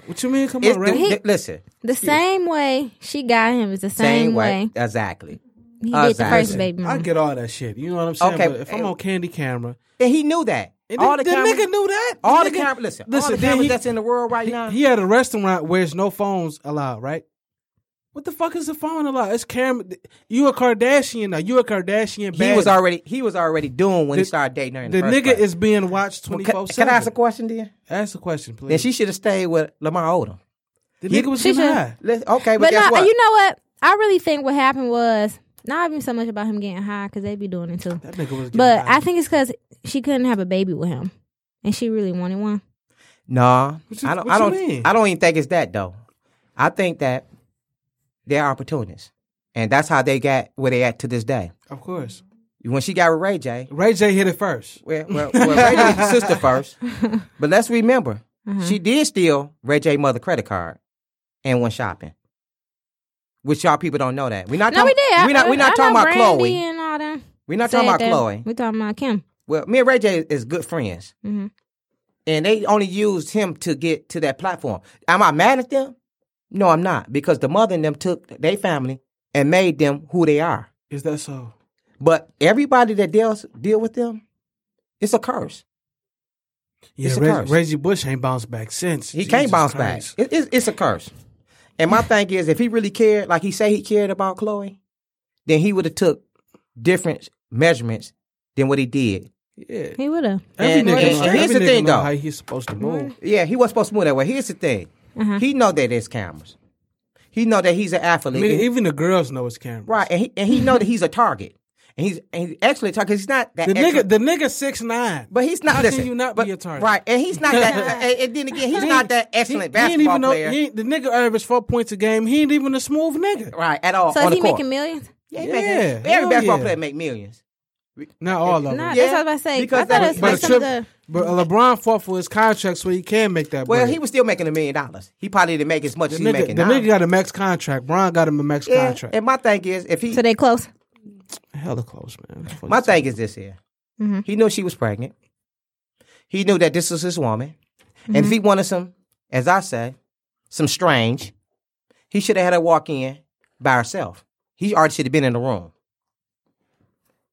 B: what you mean. Come
D: It's
B: on,
D: the-
B: Ray.
D: th- listen,
C: Mm-hmm. The same way she got him is the same,
D: same
C: way,
D: way, exactly.
C: he did the
D: Exactly.
C: first baby
B: I
C: mama.
B: get all that shit. You know what I'm saying?
D: Okay,
B: but if I'm on candy camera,
D: And he knew that.
B: and
D: all
B: the,
D: the,
B: the
D: cameras,
B: nigga knew that.
D: all the
B: nigga-
D: cameras. Listen, all the
B: then
D: cameras
B: he-
D: that's in the world right now.
B: He had a restaurant where it's no phones allowed, right? What the fuck is the phone allowed? It's camera. You a Kardashian now? You a Kardashian?
D: He
B: baddie.
D: was already he was already doing when he
B: The-
D: started dating her. In
B: The
D: the, first
B: nigga
D: place.
B: is being watched
D: Well,
B: twenty
D: Can,
B: four
D: can
B: seven.
D: I ask a question, then?
B: Ask the question, please.
D: Then she should have stayed with Lamar Odom.
B: the nigga was
C: She
B: getting
C: should-
B: high.
D: Let's, okay, but,
C: but
D: guess
C: no,
D: what?
C: you know what? I really think what happened was not even so much about him getting high because they be doing it too.
B: That nigga was. getting
C: But
B: high.
C: I think it's because she couldn't have a baby with him, and she really wanted one.
D: Nah,
B: What you-
D: I don't.
B: what
D: I
B: you
D: don't.
B: mean?
D: I don't even think it's that though. I think that they're opportunists, and that's how they got where they at to this day.
B: of course,
D: When she got with Ray J,
B: Ray J hit it first.
C: <laughs>
D: well, well, well Ray J's his sister first, but let's remember
C: Mm-hmm.
D: she did steal Ray J mother credit card and went shopping. Which y'all people don't know that we're not.
C: No, we
D: talking,
C: did.
D: We're not.
C: I-
D: We're
C: I
D: not
C: know
D: talking about
C: Brandy
D: Chloe.
C: And all them
D: We're not talking
C: said
D: about
C: that.
D: Chloe.
C: We're talking about Kim.
D: Well, me and Ray J is good friends,
C: Mhm.
D: and they only used him to get to that platform. Am I mad at them? No, I'm not, because the mother and them took their family and made them who they are.
B: Is that so?
D: But everybody that deals deal with them, it's a curse.
B: Yeah,
D: It's a
B: Reg-
D: curse.
B: Reggie Bush ain't bounced back since.
D: He can't
B: Jesus
D: bounce
B: Christ.
D: back. It, it's, it's a curse. And my thing is, if he really cared, like he say he cared about Chloe, then he would have took different measurements than what he did.
B: Yeah.
C: He would have.
B: Every
D: And-
B: nigga,
D: and-
B: know,
D: and
B: every
D: here's the
B: nigga
D: thing,
B: know
D: though.
B: how he's supposed to move.
D: Yeah, he was supposed to move that way. Here's the thing:
C: Mm-hmm.
D: he know that there's cameras. He know that he's an
B: I
D: athlete,
B: mean,
D: And-
B: even the girls know it's cameras.
D: right? And he and he know that he's a target, and he's and he's actually a target. 'cause He's not that
B: The
D: excellent-
B: nigga, the nigga six nine.
D: but he's not.
B: How
D: listen,
B: can you not
D: but-
B: be a target?
D: right? And he's
C: <laughs>
D: not that. and, and then again, he's not that excellent
B: he ain't
D: basketball
B: even know-
D: player,
B: he ain't- the nigga averaged four points a game. He ain't even a smooth nigga.
D: right? At all.
C: So
D: Uh,
C: is
D: on the
C: he
D: court.
C: making millions?
D: Yeah, he
B: Yeah,
D: making-
B: hell
D: every basketball
B: yeah.
D: player make millions.
B: Not all of them.
C: Nah,
D: Yeah,
C: that's what I was about to say.
D: because
C: I thought
D: that-
C: it was
B: but,
C: like
B: a
C: some
B: trip-
C: of the.
B: but LeBron fought for his contract so he can make that.
D: Well,
B: bread.
D: he was still making a million dollars. He probably didn't make as much
B: the
D: as he's
B: nigga,
D: making
B: the
D: now.
B: nigga got a max contract. Bron got him a max
D: yeah,
B: contract.
D: and my thing is, if he
C: So they close.
B: Hella close, man. Fuck
D: My
B: this.
D: thing is this here.
C: Mm-hmm.
D: He knew she was pregnant. He knew that this was his woman. And if
C: Mm-hmm.
D: he wanted some, as I say, some strange, he should have had her walk in by herself. He already should have been in the room.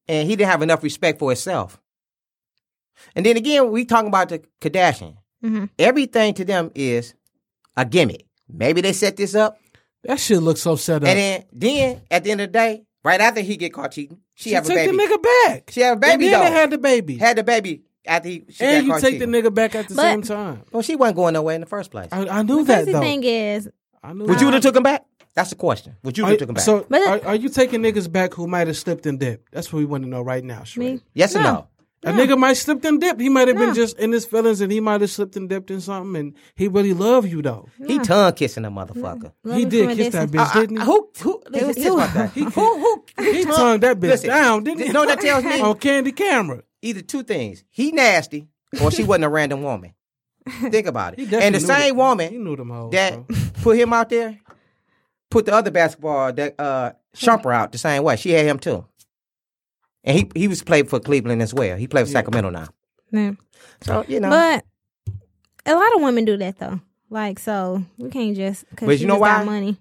D: And he didn't have enough respect for himself. And then again, we talking about the Kardashian.
C: Mm-hmm.
D: Everything to them is a gimmick. Maybe they set this up.
B: that shit looks so set up.
D: And then then at the end of the day, right after he get caught cheating, she,
B: she
D: have a
B: took
D: baby
B: the nigga back.
D: She had a baby,
B: And then
D: though.
B: they had the baby.
D: had the baby after he, she
B: and
D: got
B: you
D: caught
B: take the
D: cheating.
B: nigga back at the
C: But-
B: same time.
D: Well, she wasn't going nowhere in the first place.
B: I, I knew
C: The
B: that
C: crazy
B: though.
C: thing is,
B: I knew
D: Would
B: that.
D: you have took him back? That's the question. Would you
B: Are,
D: have took him back?
B: so,
C: But it-
B: are, are you taking niggas back who might have slipped and dipped? That's what we want to know right now, Sheree.
C: me.
D: yes or no?
B: A nigga might slipped and dipped. He might have
C: No.
B: been just in his feelings, and he might have slipped and dipped in something. And he really loved you though.
D: He tongue kissing a motherfucker.
C: Love
B: he
C: me
B: did
C: from a
B: kiss that
C: distance.
B: bitch, didn't he?
D: Uh, Who? Who? Listen,
C: was
D: here's
C: two.
D: my thing. who? Who? who
B: <laughs> he tongue that bitch
D: Listen,
B: down, didn't
D: th-
B: he? Oh.
D: no, that
B: <laughs>
D: tells me-
B: on candy camera.
D: Either two things: he nasty, or she wasn't a
C: <laughs>
D: random woman. Think about
B: He
D: it.
B: definitely
D: And the
B: knew
D: same
B: them- he
D: woman
B: knew them hoes.
D: that
B: bro.
D: <laughs> put him out there, put the other basketball that uh Shumper out the same way. She had him too, and he he was played for Cleveland as well. He played for Sacramento now.
C: Yeah.
D: So you know,
C: But a lot of women do that though. Like so, we can't just
D: But
C: because
D: you
C: you
D: know
C: know
D: why?
C: got money.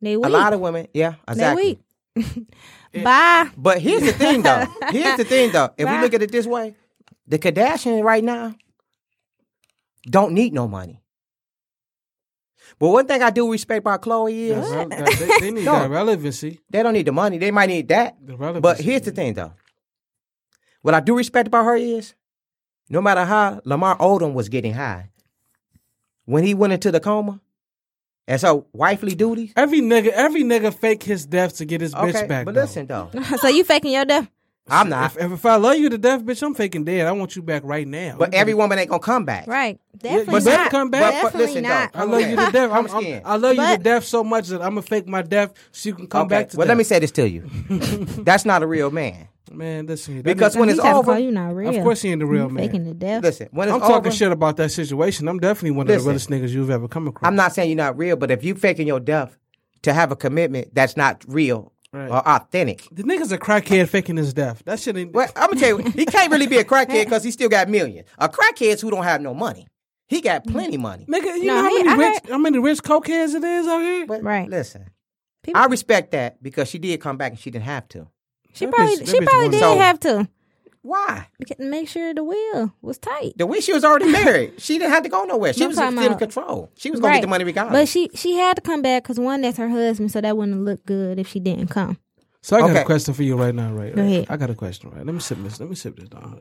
C: They weak.
D: A lot of women, yeah,
C: they
D: exactly.
C: weak. Bye. <laughs>
D: But here's the thing, though. Here's the thing, though. If we
C: Right.
D: look at it this way, the Kardashians right now don't need no money. But one thing I do respect about Chloe is
B: That's rel- that- they, they need
D: No.
B: that relevancy.
D: they don't need the money. They might need that.
B: The relevancy.
D: But here's the thing, though. What I do respect about her is, no matter how Lamar Odom was getting high, when he went into the coma, as her wifely duties.
B: Every nigga, every nigga fake his death to get his bitch back.
D: but
B: though.
D: listen, though,
C: so you faking your death?
D: I'm not.
B: If, if I love you to death, bitch, I'm faking dead. I want you back right now.
D: But every woman ain't gonna come back.
C: Right.
B: you
C: Definitely
B: better
C: not.
B: come back. But- but
C: Definitely
D: listen,
C: not.
D: though,
B: I love you to
D: Okay.
B: death. I'm,
D: I'm
B: I'm-
D: scared.
B: i love you to
C: But-
B: death so much that I'm gonna fake my death so you can come back to
D: well,
B: death.
D: let me say this
B: <laughs>
D: to you. That's not a real man.
B: man, listen. that
D: Because
B: nigga-
D: when
C: He
D: it's
C: tried to
D: over-
C: call you not real.
B: of course he ain't the real
C: You
B: man.
C: Faking the death.
D: Listen, when it's
B: I'm talking
D: over,
B: shit about that situation. I'm definitely one of the
D: Listen.
B: realest niggas you've ever come across.
D: I'm not saying you're not real, but if you faking your death to have a commitment that's not real
B: Right.
D: or authentic,
B: the nigga's a crackhead faking his death. That shit ain't.
D: well, I'm gonna tell you, he can't really be a crackhead because he still got millions. A crackhead's who don't have no money. He got plenty money.
B: Nigga, you
C: No,
B: know how
C: he-
B: many
C: I
B: rich,
C: heard-
B: how many rich cokeheads it is out here.
D: But
C: Right.
D: listen,
C: People-
D: I respect that because she did come back and she didn't have to.
C: she
B: that
C: probably
B: bitch- that
C: she
B: bitch
C: probably
B: wanna-
C: did
D: So-
C: have to
D: Why?
C: Beca- make sure the wheel was tight.
D: The way she was already married, she didn't have to go nowhere. She
C: I'm
D: was
C: talking
D: still in
C: about-
D: control. She was gonna get the money regardless.
C: But she she had to come back because one, that's her husband, so that wouldn't look good if she didn't come.
B: So I got
D: Okay.
B: a question for you right now, right?
C: Go
B: right?
C: ahead.
B: I got a question, right? Let me sip this. Let me sip this. Down.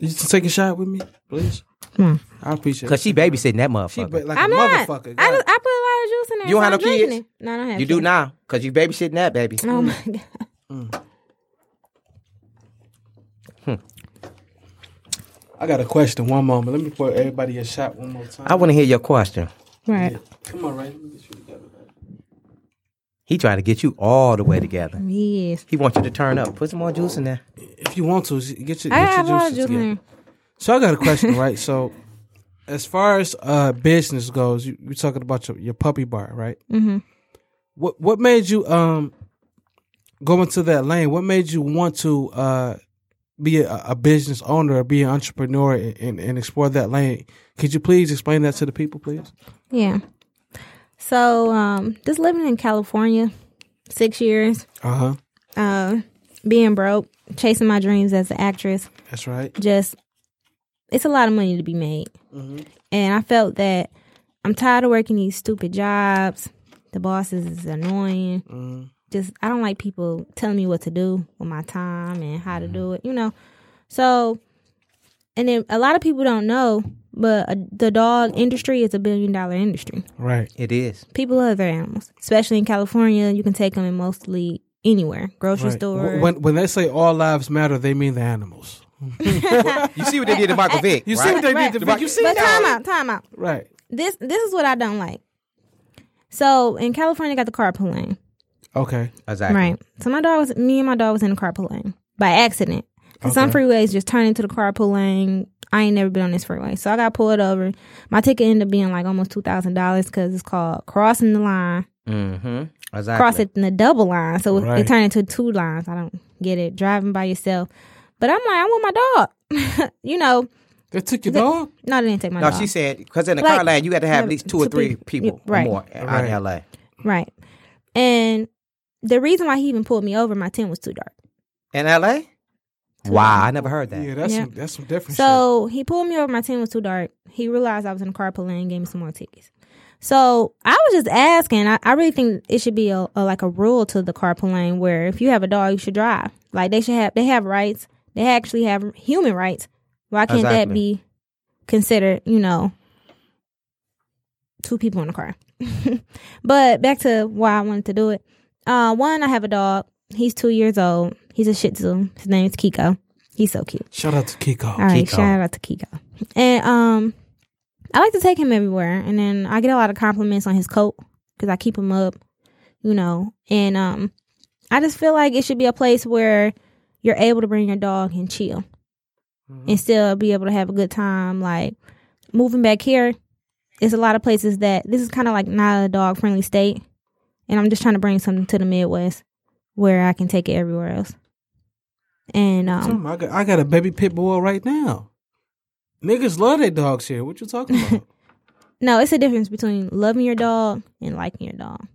B: You just take a shot with me, please. I appreciate it.
D: Cause she babysitting that
B: She
D: motherfucker.
B: ba- like
C: Hmm. I'm
B: a
C: not.
B: motherfucker. God.
C: I, just, I put a lot of juice in there.
D: You don't
C: so
D: have
C: I'm
D: no kids?
C: drinking it. No, I don't have
D: you do
C: kids.
D: now, cause you babysitting that baby.
C: <laughs> Oh my god.
B: I got a question. One moment. Let me pour everybody a shot one more time.
D: I want to hear your question.
C: Right.
B: Come on, right? Let me get you together. man.
D: He trying to get you all the way together.
C: Yes.
D: He wants you to turn up. Put some more juice in there.
B: If you want to, get your,
C: I
B: get
C: have a
B: your
C: lot of
B: juices
C: juice in
B: together.
C: there.
B: So I got a question, <laughs> right? So, as far as uh, business goes, you, you're talking about your, your puppy bar, right? Mm-hmm. What What made you um go into that lane? What made you want to uh be a, a business owner or be an entrepreneur and, and, and explore that lane? Could you please explain that to the people, please?
C: Yeah. So, um, just living in California, six years,
B: Uh huh.
C: uh, being broke, chasing my dreams as an actress,
B: That's right.
C: just it's a lot of money to be made.
B: Mm-hmm.
C: And I felt that I'm tired of working these stupid jobs. The bosses is annoying.
B: Mm-hmm.
C: Just I don't like people telling me what to do with my time and how to
B: Mm-hmm.
C: do it, you know. So and then a lot of people don't know, but uh, the dog industry is a billion dollar industry.
B: Right.
D: It is.
C: People love their animals, especially in California. You can take them in mostly anywhere, grocery
B: right.
C: store.
B: Wh- When when they say all lives matter, they mean the animals.
D: You see what they did to <laughs> Michael Vick.
B: You see
D: right?
B: what they
C: <laughs> Right.
B: did to me? You see
C: but
B: that?
C: time out, time out.
B: Right.
C: This this is what I don't like. So in California, I got the carpool lane,
B: Okay.
D: Exactly.
C: right? So my dog was me and my dog was in the carpool lane by accident. 'Cause Some freeways just turn into the carpool lane. I ain't never been on this freeway, so I got pulled over. My ticket ended up being like almost two thousand dollars because it's called crossing the line,
D: Mm-hmm. Exactly.
C: cross it in the double line, so it-
B: Right.
C: it turned into two lines. I don't get it. Driving by yourself, but I'm like, I want my dog. <laughs> you know,
B: They took your dog.
C: no, they didn't take my
D: No,
C: dog.
D: she said because in the
C: Like-
D: car line you got to have at
C: No,
D: least two or
C: two
D: three
C: people.
D: people
C: Yeah, right.
D: or more out
B: Right.
D: in L.A.
C: Right. And the reason why he even pulled me over, my tent was too dark.
D: In L.A. Wow, I never heard that.
B: Yeah, that's
C: Yeah.
B: Some, that's some different shit.
C: So he pulled me over, my tent was too dark. He realized I was in the carpool lane, gave me some more tickets. So I was just asking. I, I really think it should be a, a like a rule to the carpool lane where if you have a dog, you should drive. Like they should have they have rights. They actually have human rights. Why can't that
D: Exactly.
C: be considered? You know, two people in the car. <laughs> but back to why I wanted to do it. Uh, one, I have a dog. He's two years old. He's a Shih Tzu. His name is Kiko. He's so cute.
B: Shout out to Kiko.
C: All right,
D: Kiko.
C: shout out to Kiko. And um, I like to take him everywhere, and then I get a lot of compliments on his coat because I keep him up, you know. And um, I just feel like it should be a place where you're able to bring your dog and chill, and still be able to have a good time. Like moving back here, it's a lot of places that this is kind of like not a dog friendly state, and I'm just trying to bring something to the Midwest where I can take it everywhere else. And um,
B: Tell 'em I got, I got a baby pit bull right now. Niggas love their dogs here. What you talking about?
C: <laughs> No, it's a difference between loving your dog and liking your dog.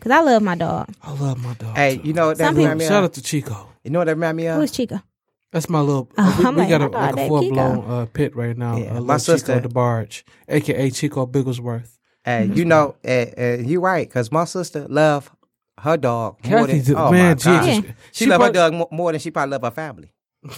C: Cause I love my dog.
B: I love my dog.
D: Hey,
B: too.
D: you know what that
C: Some
D: remind me
B: shout
D: of?
B: out to Chico.
D: You know what that remind me
C: Who
D: of?
C: is Chica?
B: That's my little.
C: Oh,
B: we
C: I'm
B: we
C: like,
B: got a,
C: I thought
B: like a
C: that
B: full
C: Chico.
B: blown uh, pit right now.
D: Yeah,
B: uh,
D: my
B: little
D: sister-
B: Chico DeBarge, aka Chico Bigglesworth.
D: <laughs> Hey, you know, uh, uh, you right because my sister love her dog more
B: Kathy
D: than
B: did-
D: oh
B: man,
D: my
C: Jesus.
D: God. she,
C: Yeah.
B: She
D: love her
B: prob-
D: dog mo- more than she probably love her family,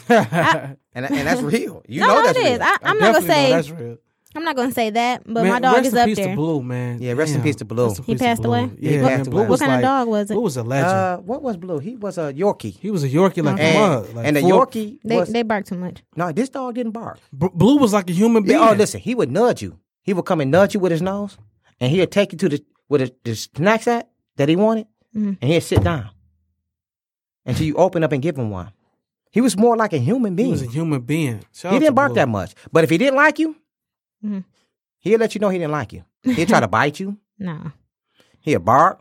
D: and
C: <laughs>
D: and that's real. You
C: No,
D: know
C: no,
D: that's
C: it
D: real.
C: is. I, I'm not gonna
B: Definitely know
C: say.
B: that's real.
C: I'm not gonna say that. But my
B: Man,
C: dog
B: rest
C: is
B: in
C: up
B: peace
C: there.
B: to Blue, man.
D: Yeah, rest in
B: Damn.
D: peace to Blue.
B: Rest in
C: He
B: peace to
C: passed
B: Blue.
C: away?
B: Yeah,
D: He
B: man,
D: passed
B: Blue
D: away.
B: was
C: What kind of
B: like-
C: dog was it?
B: Blue was a legend.
D: uh, what was Blue? He was a Yorkie,
B: he was a Yorkie like a
D: and,
B: mug. Like
D: and the
B: full-
D: Yorkie
C: They
D: was
C: they bark too much.
D: no. This dog didn't bark.
B: B- Blue was like a human being.
D: Yeah, oh, listen, he would nudge you. He would come and nudge you with his nose, and he'd take you to the with the, the snacks at that he wanted,
B: Mm-hmm.
D: and he'd sit down until you open up and give him one. He was more like a human
B: He
D: being.
B: was a
D: He,
B: human being. Shout out to Mm-hmm.
D: didn't bark
B: Blue.
D: that much, but if he didn't like you,
C: Mhm.
D: he'd let you know he didn't like you. He'd
B: <laughs>
D: try to bite you.
C: No.
D: He'd bark,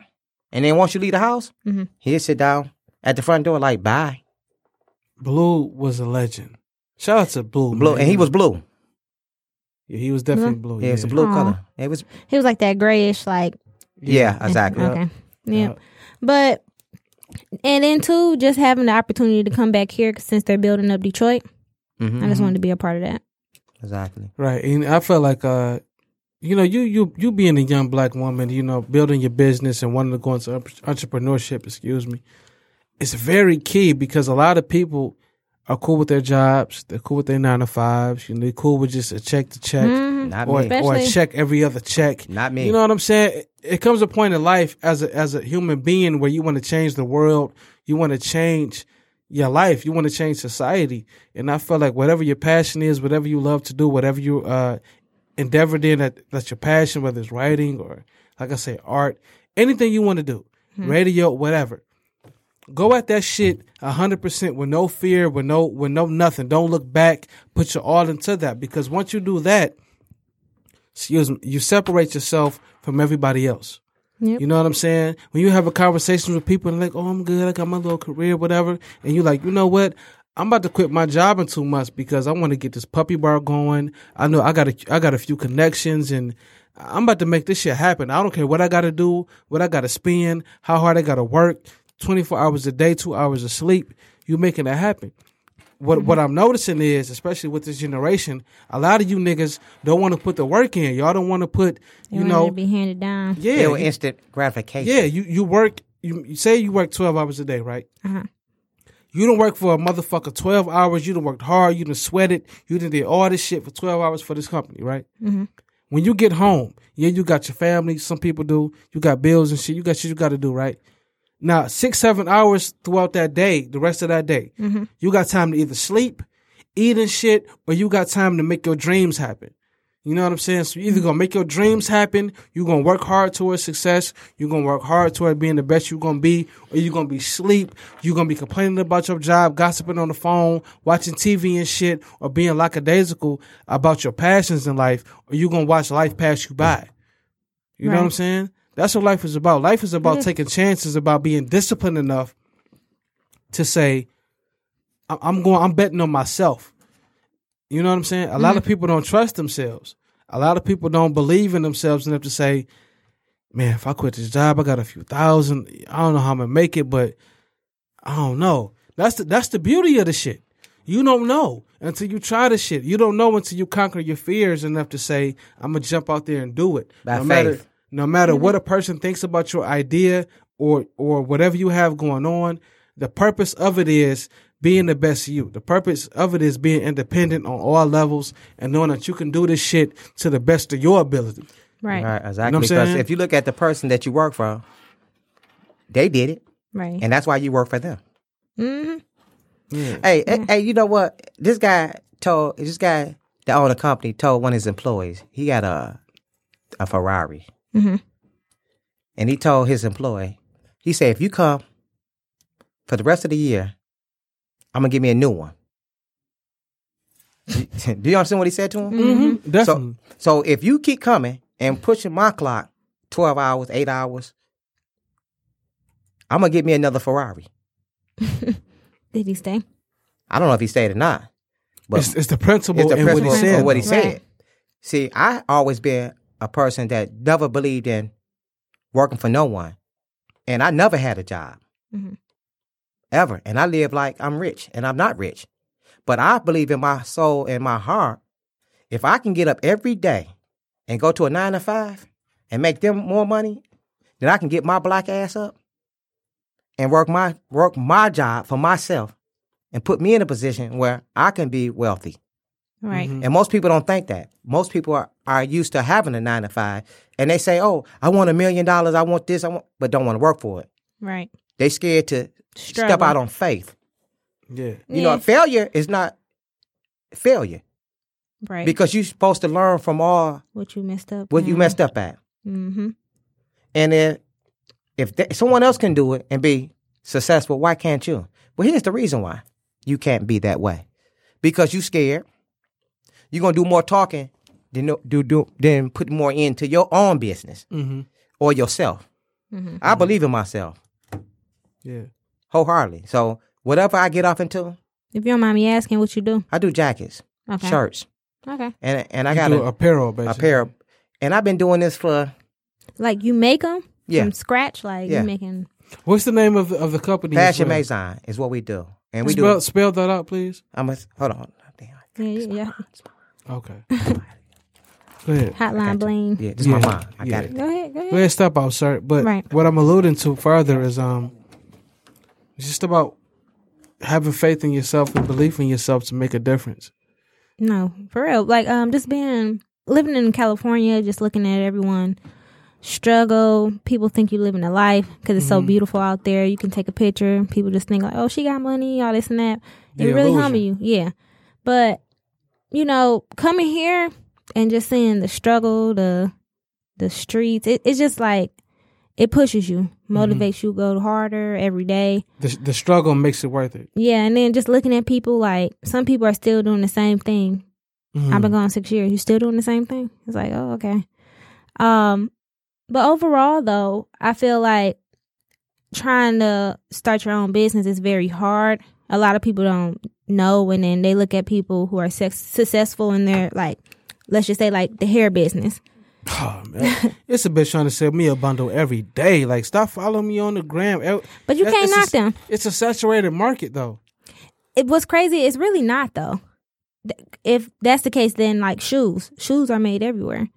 D: and then once you leave the house,
B: Mm-hmm.
C: Mhm.
D: he'd sit down at the front door like bye,
B: Blue was a legend. Shout out to Blue.
D: blue,
B: man.
D: and he was blue.
B: Yeah, he was definitely blue.
D: Yeah, it's a
B: Oh, yeah.
D: blue
C: Aw.
D: color. It was
C: He was like that grayish, like
B: <laughs>
D: yeah, exactly.
C: okay, yeah. But and then too, just having the opportunity to come back here 'cause since they're building up Detroit,
D: Mhm.
C: I just wanted to be a part of that.
D: exactly.
B: Right. And I felt like uh you know, you you you being a young black woman, you know, building your business and wanting to go into entre- entrepreneurship, excuse me, it's very key because a lot of people are cool with their jobs. They're cool with their nine to fives. You know, they're cool with just a check to check
D: Not
B: or, or
D: me.
B: a
C: Especially-
B: check every other check.
D: Not me.
B: You know what I'm saying? It, it comes a point in life as a, as a human being where you want to change the world. You want to change your life. You want to change society. And I feel like whatever your passion is, whatever you love to do, whatever you uh, endeavored in that, that's your passion, whether it's writing or, like I say, art, anything you want to do, radio, whatever. Go at that shit hundred percent with no fear, with no with no nothing. Don't look back. Put your all into that because once you do that, excuse me, you separate yourself from everybody else.
C: Yep.
B: You know what I'm saying? When you have a conversation with people and like, oh, I'm good, I got my little career, whatever, and you like, you know what? I'm about to quit my job in two months because I want to get this puppy bar going. I know I got a, I got a few connections and I'm about to make this shit happen. I don't care what I got to do, what I got to spend, how hard I got to work, 24 hours a day, two hours of sleep. You making that happen what what I'm noticing is, especially with this generation, a lot of you niggas don't want to put the work in. Y'all don't want to put, you,
C: You want it
B: know,
C: to be handed down.
B: yeah,
D: They were
B: you-
D: instant gratification.
B: yeah. You you work. You, you say you work twelve hours a day, right?
C: Uh-huh.
B: You don't work for a motherfucker twelve hours. You done worked hard. You done sweated. You done did all this shit for twelve hours for this company, right? When you get home, yeah, you got your family. Some people do. You got bills and shit. You got shit you got to do, right? Now, six, seven hours throughout that day, the rest of that day, you got time to either sleep, eat and shit, or you got time to make your dreams happen. You know what I'm saying? So you're either gonna make your dreams happen, you're gonna work hard towards success, you're gonna work hard toward being the best you're gonna be, or you're gonna be sleep, you're gonna be complaining about your job, gossiping on the phone, watching TV and shit, or being lackadaisical about your passions in life, or you're gonna watch life pass you by. You know what I'm
C: Right.
B: saying? That's what life is about. Life is about taking chances, about being disciplined enough to say, I- I'm going, I'm betting on myself. You know what I'm saying? A lot of people don't trust themselves. A lot of people don't believe in themselves enough to say, man, if I quit this job, I got a few thousand. I don't know how I'm gonna make it, but I don't know. That's the that's the beauty of the shit. You don't know until you try the shit. You don't know until you conquer your fears enough to say, I'm gonna jump out there and do it.
D: By
B: no matter
D: faith.
B: no matter what a person thinks about your idea or or whatever you have going on, the purpose of it is being the best you. The purpose of it is being independent on all levels and knowing that you can do this shit to the best of your ability.
C: Right.
D: Right,
C: Right.
D: exactly.
B: I'm
D: because
B: saying?
D: if you look at the person that you work for, they did it, and that's why you work for them.
B: Yeah.
D: Hey, hey, hey, you know what? This guy told this guy that owned a company told one of his employees he got a a Ferrari,
B: Mm-hmm.
D: and he told his employee, he said, if you come for the rest of the year, I'm gonna give me a new one. <laughs> Do you understand what he said to him?
B: Mm-hmm. Definitely.
D: So, so if you keep coming and pushing my clock, twelve hours, eight hours, I'm gonna get me another Ferrari.
C: Did he stay?
D: I don't know if he stayed or not, but
B: it's, it's the principle
D: it's the
B: and
D: principle
B: what he said.
D: of what he
B: though.
D: said.
C: Right.
D: See, I always been a person that never believed in working for no one, and I never had a job
C: Mhm.
D: ever, and I live like I'm rich, and I'm not rich, but I believe in my soul and my heart. If I can get up every day and go to a nine to five and make them more money, then I can get my black ass up and work my work my job for myself and put me in a position where I can be wealthy.
C: Right.
D: And most people don't think that. Most people are, are used to having a nine to five and they say, Oh, I want a million dollars, I want this, I want but don't want to work for it.
C: Right.
D: They scared to step
C: Struggle.
D: out on faith.
B: Yeah.
D: You
C: Yeah.
D: know, failure is not failure.
C: Right.
D: Because you're supposed to learn from all
C: what you messed up.
D: what you messed up at.
C: Mm-hmm.
D: And if if th- someone else can do it and be successful, why can't you? Well, here's the reason why you can't be that way: because you scared. You're gonna do more talking than no- do do than put more into your own business
B: Mm-hmm.
D: or yourself.
C: Mm-hmm.
D: I believe in myself
B: Yeah.
D: wholeheartedly. So whatever I get off into,
C: If you don't mind me asking, what you do?
D: I do jackets,
C: Okay.
D: shirts,
C: Okay.
D: and and I
B: You
D: got
B: do
D: a,
B: apparel, basically.
D: a pair. Of, and I've been doing this for
C: Like you make them
D: Yeah.
C: from scratch. Like
D: Yeah.
C: you making.
B: What's the name of the, of the company? as
D: fashion
B: well?
D: maison is what we do, and we
B: Spell,
D: do.
B: spell that out, please.
D: I'm a, hold on. Damn.
C: Yeah. Yeah. <laughs>
B: Okay. Go ahead.
C: Hotline bling.
D: Yeah, this is
B: Mm-hmm. Yeah.
D: my mom. I
B: Yeah.
D: got it.
C: Go ahead. Go ahead.
B: Go ahead, step out, sir. But
C: Right.
B: what I'm alluding to further is um, just about having faith in yourself and belief in yourself to make a difference.
C: No, for real. Like um, just being living in California, just looking at everyone struggle. People think you're living a life because it's so beautiful out there. You can take a picture. People just think like, oh, she got money, all this and that. It
B: The
C: really
B: illusion.
C: humble you, yeah. But you know, coming here and just seeing the struggle, the the streets, it, it's just like it pushes you, motivates you, go harder every day.
B: The, the struggle makes it worth
D: <sighs>
B: it.
C: Yeah, and then just looking at people like some people are still doing the same thing. I've been gone six years. You still doing the same thing? It's like, oh, okay. Um, but overall though, I feel like trying to start your own business is very hard. A lot of people don't know, and then they look at people who are sex- successful in their like, let's just say like the hair business.
B: Oh, man. it's a bitch trying to sell me a bundle every day. Like, stop following me on the gram. Ev-
C: But you
B: That-
C: can't
B: it's
C: knock
B: a-
C: them.
B: It's a saturated market, though.
C: It was crazy. It's really not though. Th- If that's the case, then like shoes, shoes are made everywhere.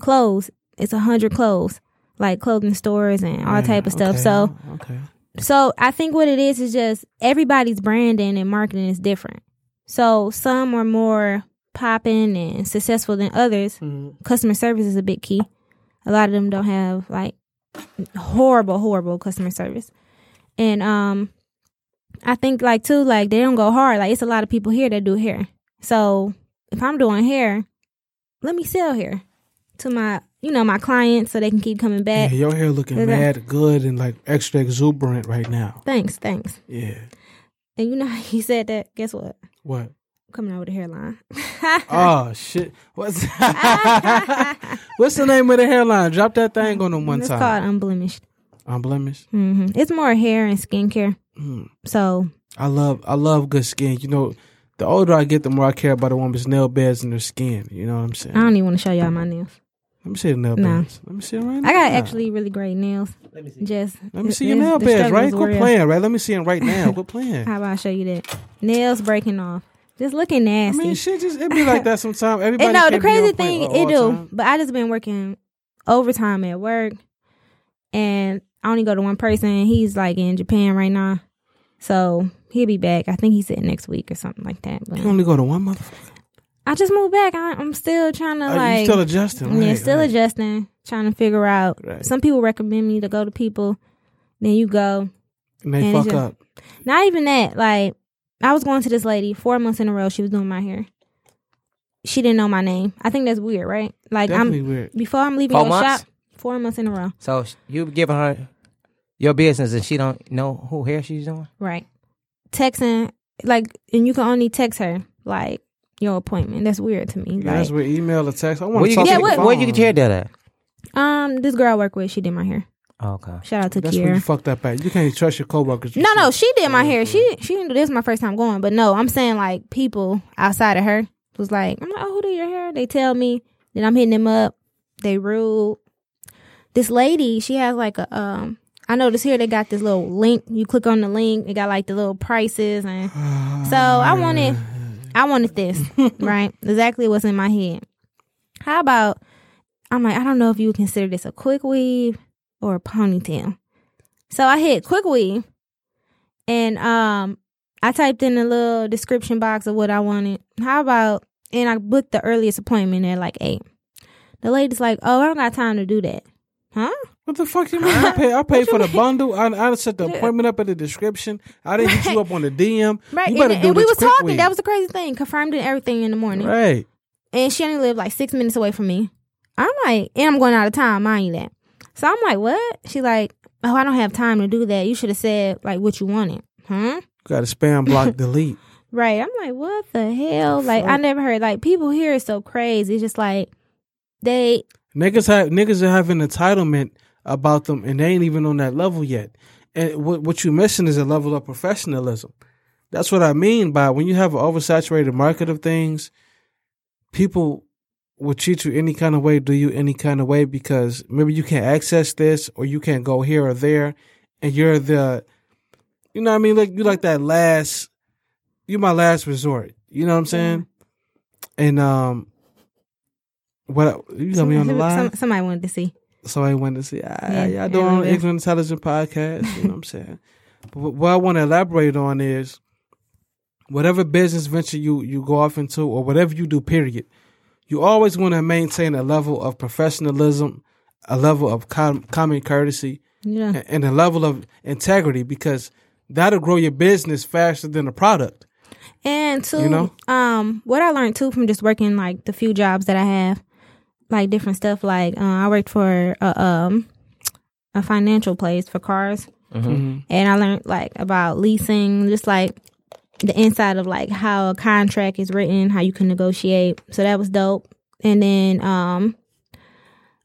C: Clothes, it's a hundred clothes, like clothing stores and all type of stuff.
B: Mm, Okay,
C: So
B: okay.
C: so I think what it is is just everybody's branding and marketing is different. So some are more popping and successful than others.
B: Mm-hmm.
C: Customer service is a big key. A lot of them don't have like horrible, horrible customer service. And um I think like too, like they don't go hard. Like it's a lot of people here that do hair. So if I'm doing hair, let me sell hair to my you know, my clients so they can keep coming
B: Yeah,
C: back.
B: your hair looking
C: Look at
B: mad good and like extra exuberant right now.
C: Thanks, thanks.
B: Yeah.
C: And you know how <laughs> he said that, guess what?
B: What?
C: coming out with a hairline. <laughs>
B: Oh shit! What's <laughs> what's the name of the hairline? Drop that thing on them one
C: it's
B: time.
C: called unblemished.
B: Unblemished.
C: hmm It's more hair and skincare.
B: Mm.
C: So
B: I love I love good skin. You know, the older I get, the more I care about a woman's nail beds and their skin. You know what I'm saying?
C: I don't even want to show y'all my nails.
B: Let me see the nail
C: Uh, No.
B: beds. Let me see it right now.
C: I got actually really great nails. Let me see. Just
B: Let me see your
C: it's-
B: nail
C: the
B: beds.
C: struggle
B: Right?
C: is
B: Quit
C: real.
B: playing. Right? Let me see them right
C: <laughs>
B: now. Quit playing.
C: How about I show you that? Nails breaking off. Just looking
B: I
C: nasty.
B: mean, shit, just it be like that sometimes. Everybody.
C: and
B: can't
C: no, the
B: be on
C: crazy
B: point
C: thing
B: all
C: it
B: the
C: do,
B: time.
C: but I just been working overtime at work, and I only go to one person. And he's like in Japan right now, so he'll be back. I think he said next week or something like that. But
B: You only go to one motherfucker.
C: I just moved back. I, I'm still trying to
B: Are
C: like
B: Uh, you still adjusting?
C: yeah,
B: Right,
C: still
B: right.
C: adjusting, trying to figure out.
B: Right.
C: Some people recommend me to go to people. Then you go.
B: And they
C: and
B: fuck
C: adjust-
B: up.
C: Not even that. Like I was going to this lady four months in a row. She was doing my hair. She didn't know my name. I think that's weird, right? Like
B: Definitely
C: I'm
B: weird.
C: before I'm leaving
D: Four
C: your
D: months?
C: shop. Four months in a row,
D: So sh- you giving her your business, and she don't know who hair she's doing.
C: right? Texting like, and you can only text her like your appointment. That's weird to me.
B: Yeah, that's
C: like,
B: where email or text. I
D: Where
B: want
D: you
B: to
D: get
B: talk
C: Yeah,
D: your,
B: to
C: what-
B: the
D: where you
B: phone.
D: get your hair done at?
C: um, this girl I work with, she did my hair.
B: Oh,
D: Okay.
C: Shout out to
B: That's
C: Kiera.
B: where you fucked up at. You can't trust your coworkers. with
C: No,
B: shit.
C: no, she did my hair. She didn't- she didn't do this. Is my first time going, but no, I'm saying like people outside of her was like, I'm like, oh, who did your hair? They tell me, then I'm hitting them up. They rude. This lady, she has like a um. I noticed here they got this little link. You click on the link, it got like the little prices, and so I wanted, I wanted this, right? Exactly what's in my head. How about I'm like, I don't know if you would consider this a quick weave or a ponytail. So I hit quick weave and um I typed in a little description box of what I wanted. How about and I booked the earliest appointment at like eight. The lady's like, Oh, I don't got time to do that. Huh?
B: What the fuck you mean? I pay. I paid for the bundle. I, I set the appointment up in the description. I didn't hit you up on the DM.
C: Right.
B: You
C: and
B: better do
C: and we
B: this
C: was
B: quick
C: talking.
B: with
C: That
B: it.
C: was the crazy thing. Confirmed and everything in the morning.
B: right.
C: and she only lived like six minutes away from me. I'm like, and I'm going out of town, mind you that. So I'm like, what? She like, oh, I don't have time to do that. You should have said like what you wanted, huh?
B: Got to spam
C: <laughs>
B: block delete.
C: Right. I'm like, what the hell? Like, I never heard like people here is so crazy. It's just like they
B: Niggas have niggas are having entitlement about them, and they ain't even on that level yet. And what what you missing is a level of professionalism. That's what I mean by when you have an oversaturated market of things, people will treat you any kind of way, do you any kind of way because maybe you can't access this or you can't go here or there, and you're the, you know what I mean? Like you like that last, you my last resort. You know what I'm saying? And um, what you got me on the line?
C: <laughs> some, somebody wanted to see.
B: So I wanted to see. I, I,
C: Yeah,
B: "Ah, y'all doing
C: yeah.
B: ignorant intelligent podcast. You know what I'm saying? But what I want to elaborate on is whatever business venture you you go off into or whatever you do period you always want to maintain a level of professionalism a level of com- common courtesy
C: Yeah.
B: a- and a level of integrity because that'll grow your business faster than the product
C: And two,
B: You know?
C: um, what I learned too from just working like the few jobs that I have, like different stuff. Like uh, I worked for a, um a financial place for cars,
B: Mm-hmm.
C: and I learned like about leasing, just like the inside of like how a contract is written, how you can negotiate. So that was dope. And then um,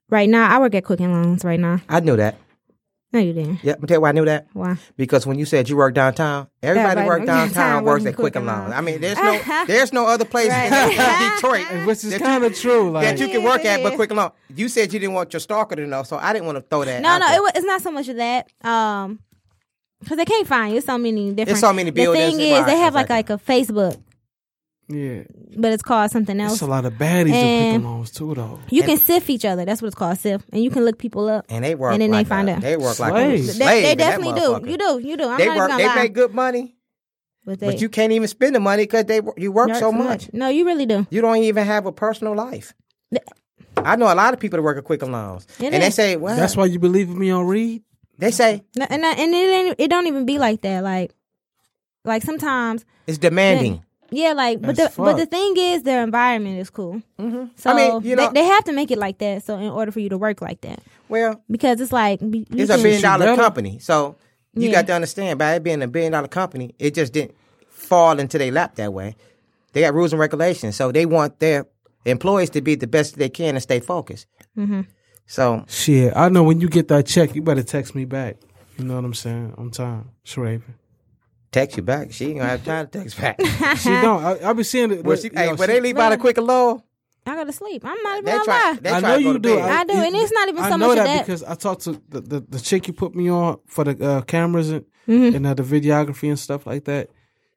C: right now I work at Quicken Loans. Right now,
D: I knew that.
C: no, you didn't.
D: Yeah, but tell you why I knew that.
C: Why?
D: Because when you said you work downtown, everybody
C: Everybody
D: work
C: work
D: downtown,
C: downtown,
D: works
C: working
D: at Quicken
C: Quicken
D: Loans.
C: Loans.
D: I mean,
C: <laughs>
D: there's no there's no other place in Detroit
B: which is
D: that you-
B: kind of true like
D: that you can work at but Quicken Loans. You said you didn't want your stalker to know, so I didn't want to throw that.
C: No,
D: out
C: no,
D: there.
C: it, wa- it's not so much of that. Um, because they can't find you. It's so many different.
D: so many buildings.
C: The thing is, they
D: Right,
C: have like like
D: exactly.
C: a Facebook,
B: yeah
C: but it's called something
B: it's
C: else.
B: a lot of baddies and,
C: And-
B: picking loans too though
C: You can sift each other. That's what it's called, sift, and you can look people up.
D: and they work
C: And then they
D: like
C: find
D: a,
C: out.
D: They work like a
B: Slaves. They-
C: They,
D: slave
C: they
D: in that
C: definitely do.
D: motherfucker.
C: You do. You do. I'm
D: They
C: not
D: work.
C: even
D: They
C: gonna lie.
D: make good money,
C: but, they
D: but you can't even spend the money because they wor- you work
C: work
D: so much.
C: No, you really do.
D: You don't even have a personal life.
C: Th-
D: I know a lot of people that work at Quicken Loans,
C: It
D: and they
C: is.
D: say, "Well,
B: that's why you believe in me on read
D: they say
C: No, And I- and it ain't. It don't even be like that. Like, like sometimes.
D: it's demanding."
C: Yeah, like, but the
B: That's
C: but the
B: fuck.
C: thing is, their environment is cool. Mm-hmm. So
D: I mean, you know-
C: they, they have to make it like that. So in order for you to work like that,
D: Well,
C: because it's like you
D: it's a
C: can-
D: billion dollar
B: better.
D: company, so you
C: Yeah.
D: got to understand by it being a billion dollar company, it just didn't fall into their lap that way. They got rules and regulations, so they want their employees to be the best they can and stay focused.
C: Mm-hmm.
D: So
B: shit i know when you get that check you better text me back you know what i'm saying on time Shraven.
D: text you back. She ain't gonna have time to text
C: <laughs>
D: back.
B: she don't i, I be seeing it
D: Well, she,
B: yo,
D: hey,
B: she-
D: when they leave out a
C: Man.
D: quick low,
C: I go to sleep. I'm not even
D: they
C: gonna
D: try.
C: lie.
D: They
B: I
D: try
B: know
D: to go
B: you
D: to
B: do.
D: bed.
C: I do, and it's not even
B: I
C: so
B: know
C: much of
B: that,
C: that.
B: because I talked to the, the, the chick you put me on for the uh, cameras and
C: Mm-hmm.
B: and uh, the videography and stuff like that.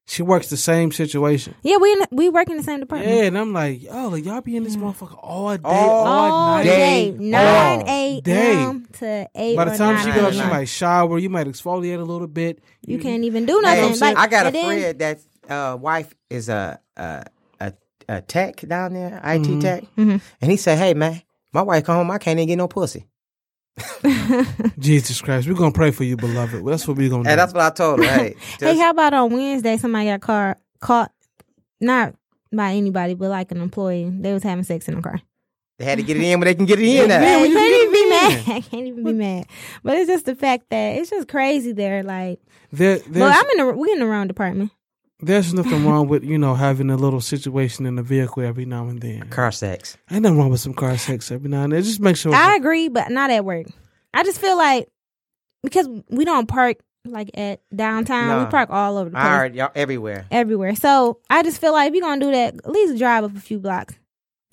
B: She works the same situation.
C: Yeah, we in, we work in the same department.
B: Yeah, and I'm like, yo, like, y'all be in this motherfucker all day,
D: All
B: all,
C: All
B: night.
C: Mm-hmm. day,
D: All
C: nine
B: day.
C: a.m. to eight.
B: By the
C: or
B: time
C: 9
B: she goes, she
C: p.m.
B: might shower. You might exfoliate a little bit.
C: you can't even do
D: Hey,
C: nothing. like
D: I got a
C: and then-
D: friend that uh, wife is a a, a a tech down there, IT
B: Mm-hmm.
D: tech,
C: Mm-hmm.
D: and he said, "Hey man, my wife come home, I can't even get no pussy."
B: Mm-hmm. Jesus Christ, we're gonna pray for you, beloved. That's what we're gonna
D: And
B: do.
D: that's what I told her. Hey,
C: <laughs> Hey,
D: just-
C: how about on Wednesday? Somebody got car caught, not by anybody, but like an employee. They was having sex in the car.
D: they had to get it in when they can get
C: <laughs>
D: it in. Now.
B: Yeah,
C: I
B: when you
C: can't even
B: <laughs>
C: be
B: get
C: mad. <laughs> I can't even be mad. But it's just the fact that it's just crazy there. Like,
B: There, there's,
C: well, I'm in the we in the wrong department.
B: there's nothing wrong with you know having a little situation in the vehicle every now and then.
D: Car sex.
B: Ain't nothing wrong with some car sex every now and then. Just make sure. it's-
C: I agree, but not at work. I just feel like because we don't park like at downtown,
D: Nah.
C: we park all over the
D: All
C: place,
D: right, y'all everywhere.
C: everywhere. So I just feel like if you're gonna do that, at least drive up a few blocks.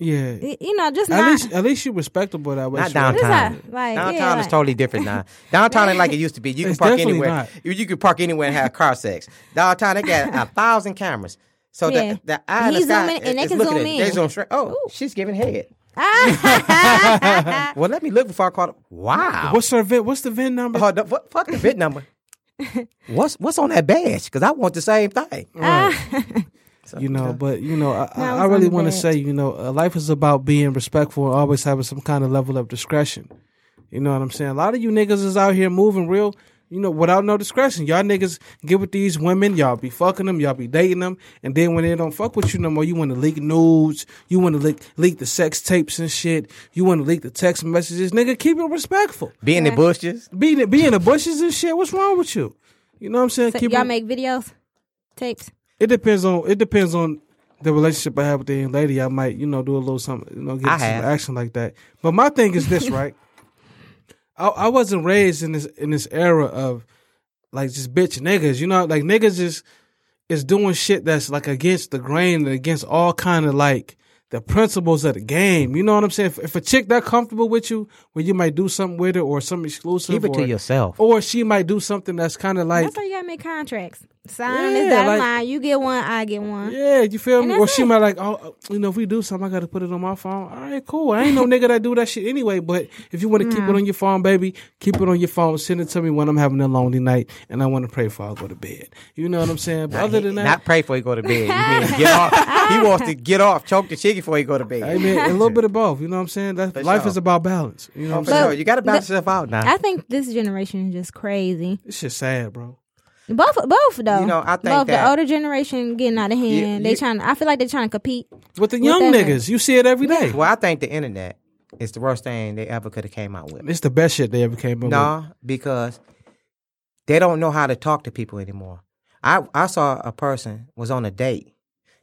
B: yeah.
C: Y- You know, just
B: At
C: not.
B: least, at least you respectable that way.
D: Not
B: Sheree.
D: downtown.
C: just not,
D: Downtown.
C: like
D: Downtown
C: yeah,
D: is
C: like-
D: totally different now. Downtown ain't like it used to be. You can
B: It's
D: park
B: definitely
D: anywhere.
B: not.
D: You, you can park anywhere and have car sex. Downtown they got a thousand cameras. So
C: Yeah.
D: the the eye in
C: You
D: the sky
C: zoom in and they
D: is
C: can
D: looking
C: zoom
D: at it.
C: in.
D: They zoom straight. Oh, she's giving head.
C: Ah. Uh,
D: Well, let me look before I call. It. Wow.
B: What's her VIN? What's the VIN number?
D: Hold up, what, fuck Oh, the VIN number. <laughs> what's what's on that badge? Because I want the same thing.
B: you know, but you know, I, I,
C: That
B: I
C: was
B: really want to
C: unbad.
B: say, you know, uh, life is about being respectful and always having some kind of level of discretion. You know what I'm saying? A lot of you niggas is out here moving real, you know, without no discretion. Y'all niggas get with these women, y'all be fucking them, y'all be dating them, and then when they don't fuck with you no more, you want to leak nudes, you want to leak leak the sex tapes and shit, you want to leak the text messages. Nigga, keep it respectful.
D: Be in the bushes.
B: Be in, be in the bushes and shit. What's wrong with you? You know what I'm saying?
C: <laughs>
D: <laughs>
C: So
B: Keep
C: y'all
B: it-
C: make videos, tapes.
B: it depends on it depends on the relationship I have with the young lady. I might you know do a little something, you know, get
D: I
B: some
D: have.
B: action like that. But my thing is
D: <laughs>
B: this, right? I, I wasn't raised in this in this era of like just bitch niggas. You know, like niggas is is doing shit that's like against the grain and against all kind of like the principles of the game. You know what I'm saying? If, if a chick that comfortable with you, where you might do something with her or something exclusive,
D: Keep it to
B: or-
D: yourself.
B: or she might do something that's kind of like
C: That's how you gotta make contracts. Sign this
B: Yeah,
C: dotted
B: like-
C: line. You get one, I get one.
B: Yeah, you feel me?
C: that's
B: Or she
C: it.
B: might like, oh, uh, you know, if we do something, I got to put it on my phone. All right, cool. I ain't no nigga that do that shit anyway. But if you want to keep
C: Mm.
B: it on your phone, baby, keep it on your phone. Send it to me when I'm having a lonely night and I want to pray before I go to bed. You know what I'm saying? But other than that,
D: Not pray before you go to bed. You mean get off. He wants to get off, choke the chicken before you go to bed.
B: I mean,
D: <laughs>
B: a little bit of both. You know what I'm saying? That's,
D: For
B: life
D: sure.
B: is about balance. You know what I'm
D: Oh, For
B: saying?
D: sure. You got to balance
C: the-
D: yourself out now.
C: I think this generation is just crazy.
B: It's just sad, bro.
C: Both, both though.
D: You know, I think
C: both
D: that-
C: the older generation getting out of hand. they
D: you-
C: trying. I feel like they're trying to compete.
B: With the young
C: that-
B: niggas, you see it every day.
D: well, I think the internet is the worst thing they ever could have came out with.
B: It's the best shit they ever came up with.
D: No, because they don't know how to talk to people anymore. I I saw a person was on a date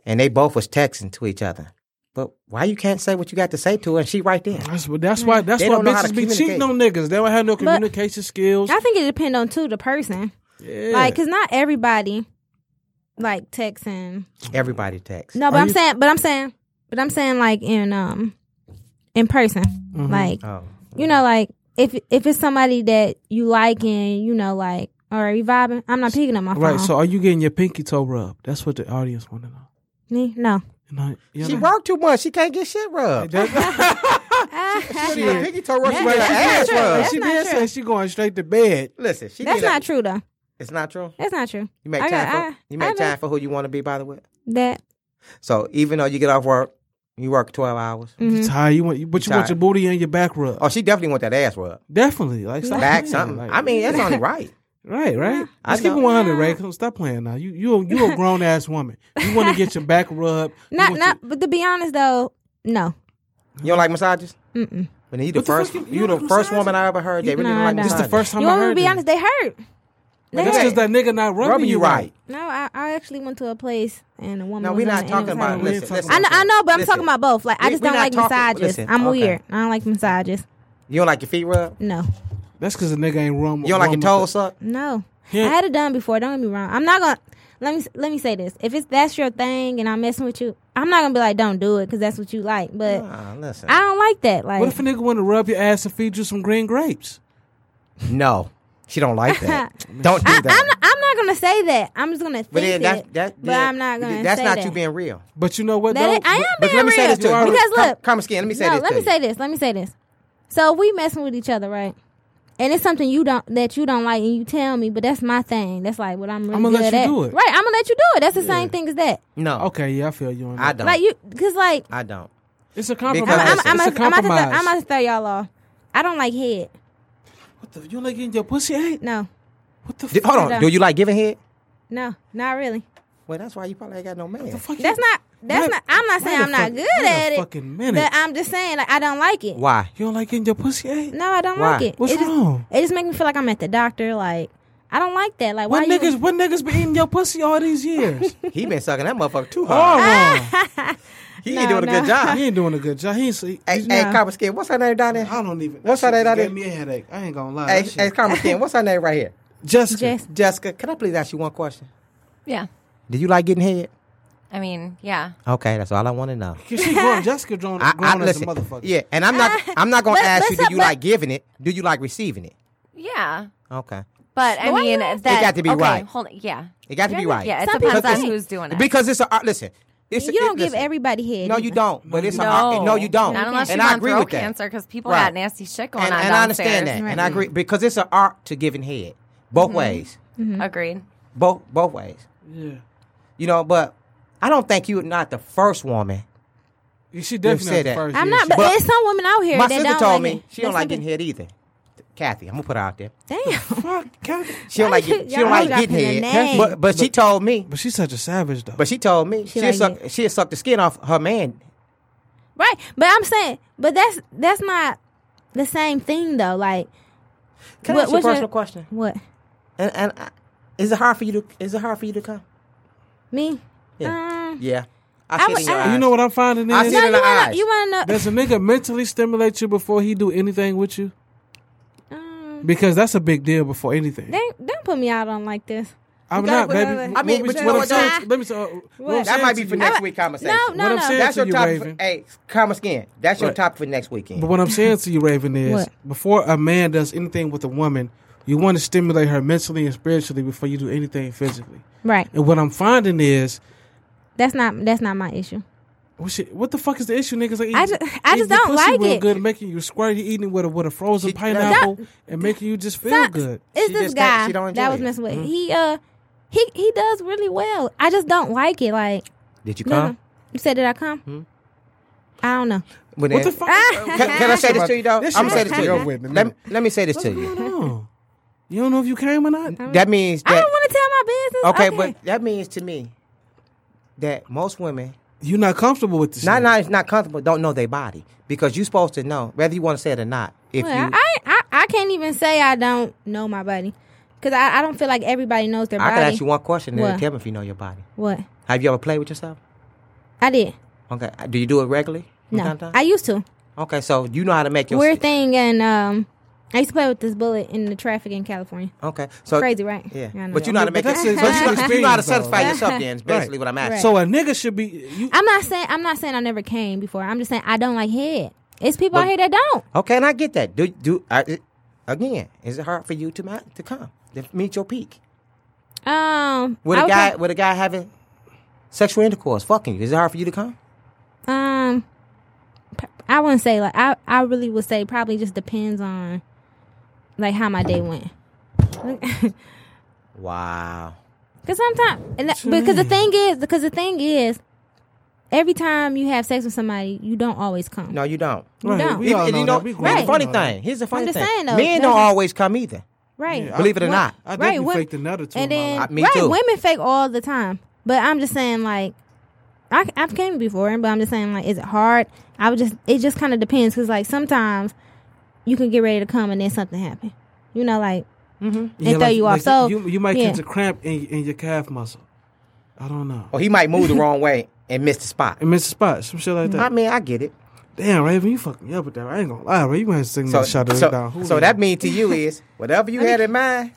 D: and they both was texting to each other. But why you can't say what you got to say to her and she right there?
B: That's what.
C: Mm.
B: That's why. That's
D: They
B: why
D: don't know how to
B: bitches be cheating on niggas. They don't have no communication skills.
C: I think it depends on too the person.
B: yeah.
C: Like 'cause Like, cause not everybody like texting.
D: Everybody texts.
C: No, but
B: Are
C: I'm
B: you-
C: saying, but I'm saying, but I'm saying like in um in person,
B: Mm-hmm.
C: like
B: Uh,
D: Oh.
C: you know, like if if it's somebody that you like and you know, like all right, we vibing. I'm not picking up my phone.
B: Right. So are you getting your pinky toe rubbed? That's what the audience want to know.
C: Me?
B: <laughs>
C: no.
B: You know, you
D: She
B: know?
D: worked too much. She can't get shit rubbed.
B: That-
C: that's
D: She a pinky toe rubbed. She
C: That's not
D: <laughs> got her ass
C: true.
D: rubbed.
C: That's-
B: she
C: not
B: did
C: true.
B: say she going straight to bed.
D: Listen, she did a-
C: not true though.
D: It's not true.
C: That's not true.
D: You make
C: I
D: time
C: got-
D: for
C: I- I
D: you make
C: make-
D: time for who you want to be. By the way,
C: That
D: so even though you get off work, you work twelve hours.
C: Mm.
B: You tired? You want? You, but you,
D: You
B: want
D: tired.
B: your booty and your back rubbed?
D: Oh, she definitely want that ass rub.
B: Definitely. Like stop
C: <laughs>
D: Back
B: playing,
D: something.
B: like-
D: I mean, that's only right.
B: right, right.
D: I
B: Let's keep it
D: know.
B: one hundred, Ray. Come stop playing now. You you a-
D: <laughs>
B: you a grown ass woman. You want to get your back rubbed? you
C: not
B: want
C: not. But to be honest though, no.
D: You don't like massages? Mm-mm. But you the
B: What the
D: first,
B: fuck you-
D: you,
B: you
D: the
B: don't like
D: first
B: massages?
D: woman I ever heard that really
C: No,
D: didn't like
C: I don't. It's
D: massages.
B: the first time
C: You
B: I
C: want me to
B: heard
C: be
B: it.
C: honest? They hurt. They
B: your- That's
C: hurt.
B: because that nigga not rubbing,
D: Rubbing you right.
C: No, I, I actually went to a place and a woman.
D: No,
C: was
D: we're
C: on
D: not
C: it and it
D: talking
C: was
D: about.
C: hurting.
B: We ain't
D: Listen,
B: talking
D: listen,
C: I know, I know, but I'm
D: listen.
C: talking about both. Like, I
D: We-
C: just
D: we
C: don't
D: not
C: like
D: talking-
C: massages.
D: listen,
C: I'm
D: okay.
C: weird. I don't like massages.
D: You don't like your feet rubbed?
C: No,
B: That's because the nigga ain't rum.
D: You don't like your toes sucked?
C: no.
B: Yeah.
C: I had it done before. Don't get me wrong. I'm not gonna. Let me let me say this. If it's that's your thing and I'm messing with you, I'm not gonna be like, don't do it because that's what you like. But
D: Nah, listen.
C: I don't like that. Like,
B: What if a nigga want to rub your ass and feed you some green grapes?
D: No, she don't like that.
C: <laughs>
D: don't do
C: I, am
D: that.
C: not, I'm not gonna say that. I'm just gonna think
D: But then that's
C: it.
D: that.
C: but
D: then-
C: I'm not gonna.
D: That's
C: say
D: not
C: that.
D: you being real.
B: But you know what?
C: That it,
B: though?
C: I am
D: But
C: being
D: let me
C: real.
D: say this to you.
C: Because
D: Come-
C: look,
D: come skin. Let me say
C: no,
D: this.
C: let
D: to
C: me
D: you.
C: say this. Let me say this. So we messing with each other, right? And it's something you don't that you don't like, and you tell me, but that's my thing. That's like what I'm really
B: I'ma
C: good
B: let you
C: at.
B: do it.
C: Right, I'm gonna let you do it. That's the same thing as that.
D: No,
B: Okay, yeah, I feel you on that.
D: I don't.
C: Like you, because like
D: I don't.
B: It's a compromise.
D: Because-
C: I'm,
D: Listen,
C: I'm,
B: it's a
C: I'm, I'm,
B: compromise.
C: I'm gonna throw y'all off. I don't like head.
B: what the, you like getting your pussy ate?
C: No,
B: What the
D: Do-
B: fuck?
D: Hold on. Do you like giving head?
C: no, not really.
D: Well, that's why you probably ain't got no man.
B: Fuck you.
C: That's not. That's
B: Wait-
C: not. I'm not
B: wait
C: saying
B: a
C: I'm not
B: fuck-
C: good
B: wait a
C: at it.
B: fucking minute.
C: But I'm just saying like I don't like it.
D: Why?
B: You don't like getting your pussy ate?
C: No, I don't
D: Why?
C: like it.
B: What's
C: it just,
B: wrong?
C: It just make me feel like I'm at the doctor. Like I don't like that. Like
B: What
C: why
B: niggas?
C: You,
B: What niggas been eating your pussy all these years?
D: He been sucking that motherfucker too
B: all
D: hard.
C: Oh.
B: wrong.
D: He ain't doing a <laughs> good
B: He
C: <laughs>
D: job.
B: ain't doing a good job. He ain't. See,
D: Hey, hey, Copper Skin, what's her name down there?
B: I don't even.
D: What's her name
B: that?
D: down
B: shit Gave
D: there?
B: me a headache. I ain't gonna lie.
D: Hey,
B: That
D: hey,
B: Oh, shit-
D: Copper Skin, what's her name right here?
B: Jessica.
C: Jess,
D: Jessica, can I please ask you one question?
E: Yeah.
D: Do you like getting head?
E: I mean, yeah.
D: Okay, that's all I want to know.
B: 'Cause she
D: <laughs>
B: grown. Jessica grown,
D: I,
B: grown
D: I
B: as
D: listen.
B: a motherfucker.
D: Yeah, and I'm not. I'm
E: <laughs>
D: not gonna
C: But-
D: ask
C: but
D: you. Do
C: some-
D: you
C: but-
D: like giving it? Do you like receiving it?
E: Yeah.
D: Okay,
E: But I
C: why you
E: mean,
C: ask-
E: that
D: It got to be
E: okay,
D: right.
E: Hold on. Yeah.
D: it got to be right.
E: Yeah. It
C: Some
E: depends
C: people
E: on
C: think-
E: who's doing it.
D: because it's a art. Listen, it's
C: you
D: a, it-
C: don't give
D: listen.
C: everybody head.
D: No, you
C: either.
D: don't. But it's
E: no.
D: a art. No, you don't.
E: Not unless
D: and
E: you
D: I
E: want
D: agree
E: throat
D: with that.
E: cancer because people
D: Right.
E: got nasty shit going
D: and,
E: on
D: and I understand that,
E: downstairs.
D: and I agree because it's an art to giving head both
E: Mm-hmm.
D: ways,
E: Agreed.
D: both both ways.
B: Yeah.
D: You know, but I don't think you're not the first woman.
B: Yeah, She
D: said
B: definitely not the
D: that.
B: first
C: I'm
B: year
C: not.
B: she-
C: But,
D: But-
C: there's some women out here
D: My
C: that
D: sister
C: don't
D: told
C: like
D: me
C: it.
D: she don't
C: There's
D: like getting
C: some
D: head either. Kathy, I'm gonna put her out there.
C: people- Damn.
B: Fuck, Kathy.
D: She don't
C: Why
D: like
C: you-
D: get, she
C: y'all
D: don't like
C: dropping
D: getting
C: the
D: head.
C: name?
D: But but she told me.
B: But she's such a savage though.
D: But she told me she
C: like
D: suck
C: it.
D: she sucked the skin off her man.
C: Right, but I'm saying, but that's that's not the same thing though. Like
D: Can
C: What-
D: I ask you a
C: what's your-
D: personal question?
C: what?
D: And, and I, is it hard for you to is it hard for you to come?
C: Me?
D: Yeah.
C: Um,
D: yeah.
C: I
D: I see it
C: was-
D: in your
C: I-
D: eyes.
B: you know what I'm finding
D: I
B: is
D: said-
C: No,
D: in
C: you
D: the
C: wanna
D: eyes.
C: you wanna know?
B: does a nigga mentally stimulate you before he do anything with you?
C: Um,
B: Because that's a big deal before anything.
C: they don't put me out on like this.
B: I'm
C: gotta
B: not,
C: put it
B: baby.
C: away.
B: I mean,
D: but
B: what,
D: you
B: what
D: know
B: I'm
D: what,
B: saying,
C: though?
B: let me say, uh, what I'm
C: What? That
D: That
B: saying
D: might
B: to
D: be for
B: you-
D: next week conversation.
C: No, no,
B: What I'm
C: no.
B: saying-
D: That's your
B: To you,
D: topic. For,
B: Raven.
D: hey, come again. That's your
B: Right.
D: topic for next weekend.
B: But what I'm saying to you, Raven, is
C: What?
B: before a man does anything with a woman, you want to stimulate her mentally and spiritually before you do anything physically.
C: Right.
B: And what I'm finding is,
C: That's not that's not my issue.
B: what, shit, what the fuck is the issue, niggas? Like,
C: I
B: eating-
C: ju- I just
B: eating your
C: don't
B: pussy
C: like
B: real
C: it.
B: Good, making you squirt, you eating it with a with a frozen
D: She-
B: pineapple, and making you just feel
C: Some-
B: good.
C: It's
D: She
C: this
D: just can't-
C: guy
D: she don't
C: that
D: enjoy
C: was
D: it.
C: messing with. He uh he he does really well. I just don't like it. Like
D: Did you
C: no, no.
D: come?
C: you said did I come? I don't know.
D: With
B: What the
D: that-
B: fuck?
D: Hmm? Uh,
C: <laughs>
D: Can, can I say this to you, though?
B: This
D: I'm gonna say
B: shit
D: this
B: about
D: to
B: to
D: you.
B: go with in a
D: Let,
B: minute.
D: let me say this
B: What's
D: to you.
B: going on? You don't know if you came or not.
D: That means
C: I
D: that.
C: don't want to tell my
D: Okay,
C: business.
D: but that means to me that most women,
B: You're not comfortable with this.
D: not
B: shit.
D: not not comfortable, don't know their body because you're supposed to know whether you want to say it or not. If
C: Well,
D: you,
C: I, I I can't even say I don't know my body because I, I don't feel like everybody knows their
D: I
C: body.
D: can ask you one question and
C: What?
D: tell me if you know your body.
C: What
D: Have you ever played with yourself?
C: I did?
D: Okay, uh, do you do it regularly? from
C: No,
D: time to time?
C: I used to.
D: okay, so you know how to make your
C: Weird thing, and um, I used to play with this bullet in the traffic in California.
D: Okay, so
C: Crazy, right?
D: Yeah,
C: I know
D: but
C: that.
D: you know how to
B: But
D: make
B: that's
D: your,
B: his-
D: <laughs> but
B: that's
D: you,
B: his
D: know, you know how to
B: experience,
D: satisfy
C: though.
D: yourself. Then is basically
B: Right.
D: what I'm asking.
C: Right.
B: So a nigga should be. You,
C: I'm not saying I'm not saying I never came before. I'm just saying I don't like head. It's people out here that don't.
D: Okay, and I get that. Do do I, it- again? Is it hard for you to ma- to come to meet your peak?
C: Um,
D: With
C: I
D: a
C: would
D: guy, with a guy having sexual intercourse, fucking you, is it hard for you to come?
C: prob- um, p- I wouldn't say like I. I really would say probably just depends on like how my day went.
D: Wow.
C: Because sometimes, and that, because the thing is, because the thing is, every time you have sex with somebody, you don't always come.
D: No, you don't.
C: you
B: Right,
C: don't.
B: we all
D: And
B: know
D: you
B: that.
D: know,
B: We
D: here's
B: grown
D: the
B: up.
D: funny thing. Here's the funny
C: just
D: thing.
C: saying, though,
D: Men don't
C: that's-
D: always come either.
C: Right.
B: Yeah, I-
D: Believe it or
C: Wo-
D: not.
B: I
C: right.
B: definitely
C: wo-
B: faked another two.
C: and then,
D: I- me
C: right,
D: too.
C: women fake all the time. But I'm just saying, like, I, I've came before, but I'm just saying, like, is it hard? I would just, it just kind of depends. Because, like, sometimes you can get ready to come and then something happen. You know, like,
D: Mm-hmm.
C: they throw you off. so,
B: you, you might
C: yeah.
B: catch a cramp in, in your calf muscle. I don't know.
D: Or Oh, he might move the wrong way and miss the spot.
B: And miss a spot, some shit like that.
D: <laughs> I
C: Mm-hmm.
D: mean, I get it.
B: Damn, Raven, you fucked me up with that. I ain't gonna lie, Raven. You gonna have to sing
D: So,
B: that shot of
D: so,
B: down. Who
D: so
B: knows?
D: that mean to
C: <laughs>
D: you is whatever you had in mind,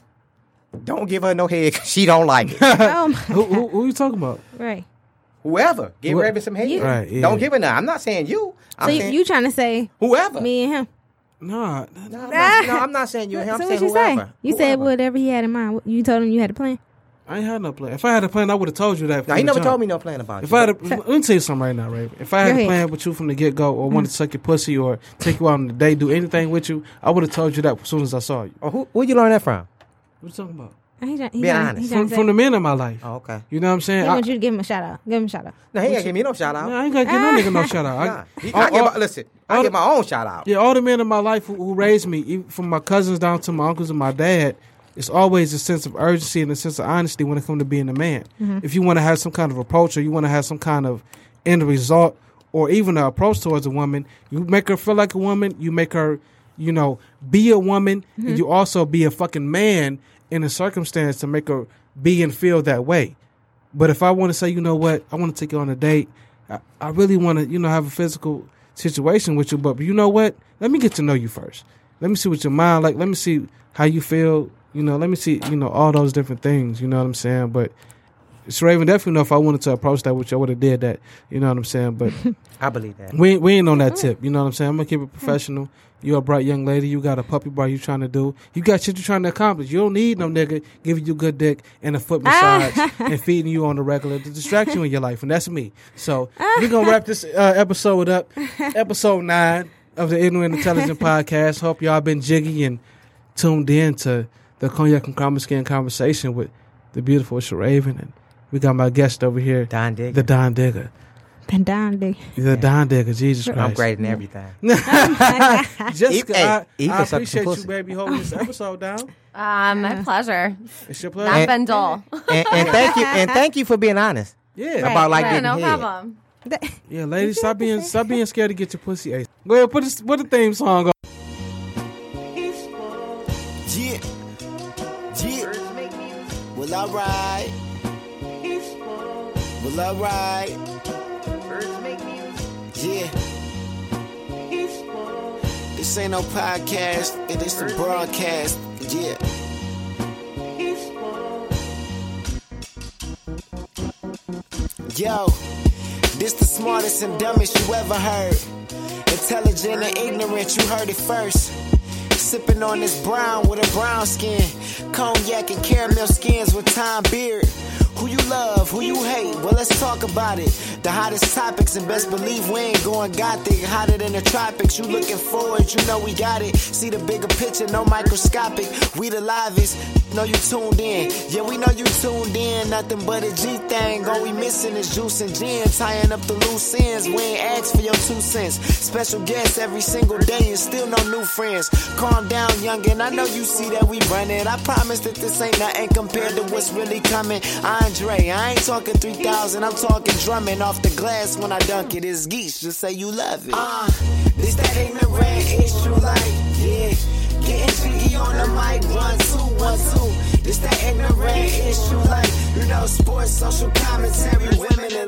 D: don't give her no head 'cause she
C: <laughs>
D: don't like it.
C: <laughs> oh my,
B: who, who, who you talking about?
C: right.
D: whoever, give
B: What-
D: Raven some head.
C: You-
B: Right, yeah.
D: Don't give her none. I'm not saying you. I'm
C: So, you,
D: saying
C: you trying to say
D: whoever.
C: me and him.
B: Nah, that-
D: No, I'm not, no,
C: <laughs>
D: I'm not saying you. I'm
C: so,
D: saying
C: what you
D: whoever.
C: say? You said
D: Whoever.
C: whatever he had in mind. You told him you had a plan.
B: I ain't had no plan. If I had a plan, I would have told you that.
D: No,
B: from
D: he
B: the
D: never
B: jump.
D: told me no plan about
B: If
D: you.
B: I had a, let me tell you something right now, Raven. If I had a
C: Go ahead. Mm-hmm.
B: plan with you from the get go, or wanted to suck your pussy, or take you out on the date, do anything with you, I would have told you that as soon as I saw you.
D: Or Oh, who? Where you learn that from?
B: What you talking about?
C: He, trying- he
D: Be
C: trying-
D: honest.
C: he trying
B: From,
C: to
B: from
C: say-
B: the men in my life.
D: Oh, okay.
B: You know what I'm saying?
C: he
B: I,
C: wants you to give him a shout out. Give him a shout out.
D: No, he ain't give me no shout out.
B: nah, I ain't gotta give no
C: <laughs>
B: nigga no shout out. I,
D: Nah. He- Oh,
B: all-
D: I give,
B: all-
D: my- listen,
B: all
D: I
B: the-
D: give my own shout out.
B: Yeah, all the men in my life who, who raised me, even from my cousins down to my uncles and my dad, it's always a sense of urgency and a sense of honesty when it comes to being a man. If you want to have some kind of approach or you want to have some kind of end result or even an approach towards a woman, you make her feel like a woman, you make her, you know, be a woman, and you also be a fucking man in a circumstance to make her be and feel that way. But if I want to say, you know what, I want to take you on a date. I, I really want to, you know, have a physical situation with you. But you know what? Let me get to know you first. Let me see what your mind like. Let me see how you feel. You know, let me see, you know, all those different things. You know what I'm saying? But it's Raven definitely know if I wanted to approach that, which I would have did that. You know what I'm saying? But
D: I believe that.
B: we ain't- we ain't on that tip. You know what I'm saying? I'm gonna keep it professional. You a bright young lady. You got a puppy bar. You trying to do. You got shit you trying to accomplish. You don't need no nigga giving you good dick and a foot massage and feeding you on the regular to distract you in your life. And that's me. So we gonna wrap this uh, episode up. Episode nine of the Ignorant Intelligent Podcast. Hope y'all been jiggy and tuned in to the Cognac and Common Skin conversation with the beautiful Sharaven. And we got my guest over here,
D: Don Digger.
B: the Don Digger.
C: Then down there.
B: The Don Digger. Jesus Christ.
D: I'm great in everything.
B: <laughs> Jessica,
D: Hey,
B: I,
D: he can
B: I
D: suck some
B: appreciate you,
D: pussy.
B: baby, holding this episode down.
E: Uh, my pleasure. <laughs>
B: It's your
E: Not
B: pleasure.
E: been dull.
D: and, and thank you. And thank you for being honest
B: Yeah,
D: about like
E: yeah,
D: getting
E: no
D: head.
E: problem.
D: <laughs>
B: yeah, ladies, stop being stop being scared to get your pussy ace. Go ahead, put a, put the theme song on.
A: Yeah. Yeah. Well, alright. Well, alright. Yeah. This ain't no podcast, it is a broadcast. Yeah. Yo, this the smartest and dumbest you ever heard. Intelligent and ignorant, you heard it first. Sipping on this brown with a brown skin. Cognac and caramel skins with time beard. Who you love, who you hate, well let's talk about it. The hottest topics and best believe we ain't going gothic. Hotter than the tropics, you looking forward, you know we got it. See the bigger picture, no microscopic. We the livest, know you tuned in. Yeah, we know you tuned in, nothing but a G thing. All we missing is juice and gin, tying up the loose ends. We ain't asked for your two cents. Special guests every single day and still no new friends. Calm down, youngin', I know you see that we running. I promise that this ain't nothing compared to what's really coming. Andre, I ain't talking 3,000, I'm talking drumming off the glass when I dunk it. It's geese, just say you love it. Uh, this that ignorant issue, like, yeah. Getting GE on the mic, one, two, one, two. This that ignorant issue, like, you know, sports, social commentary, women and uh-huh.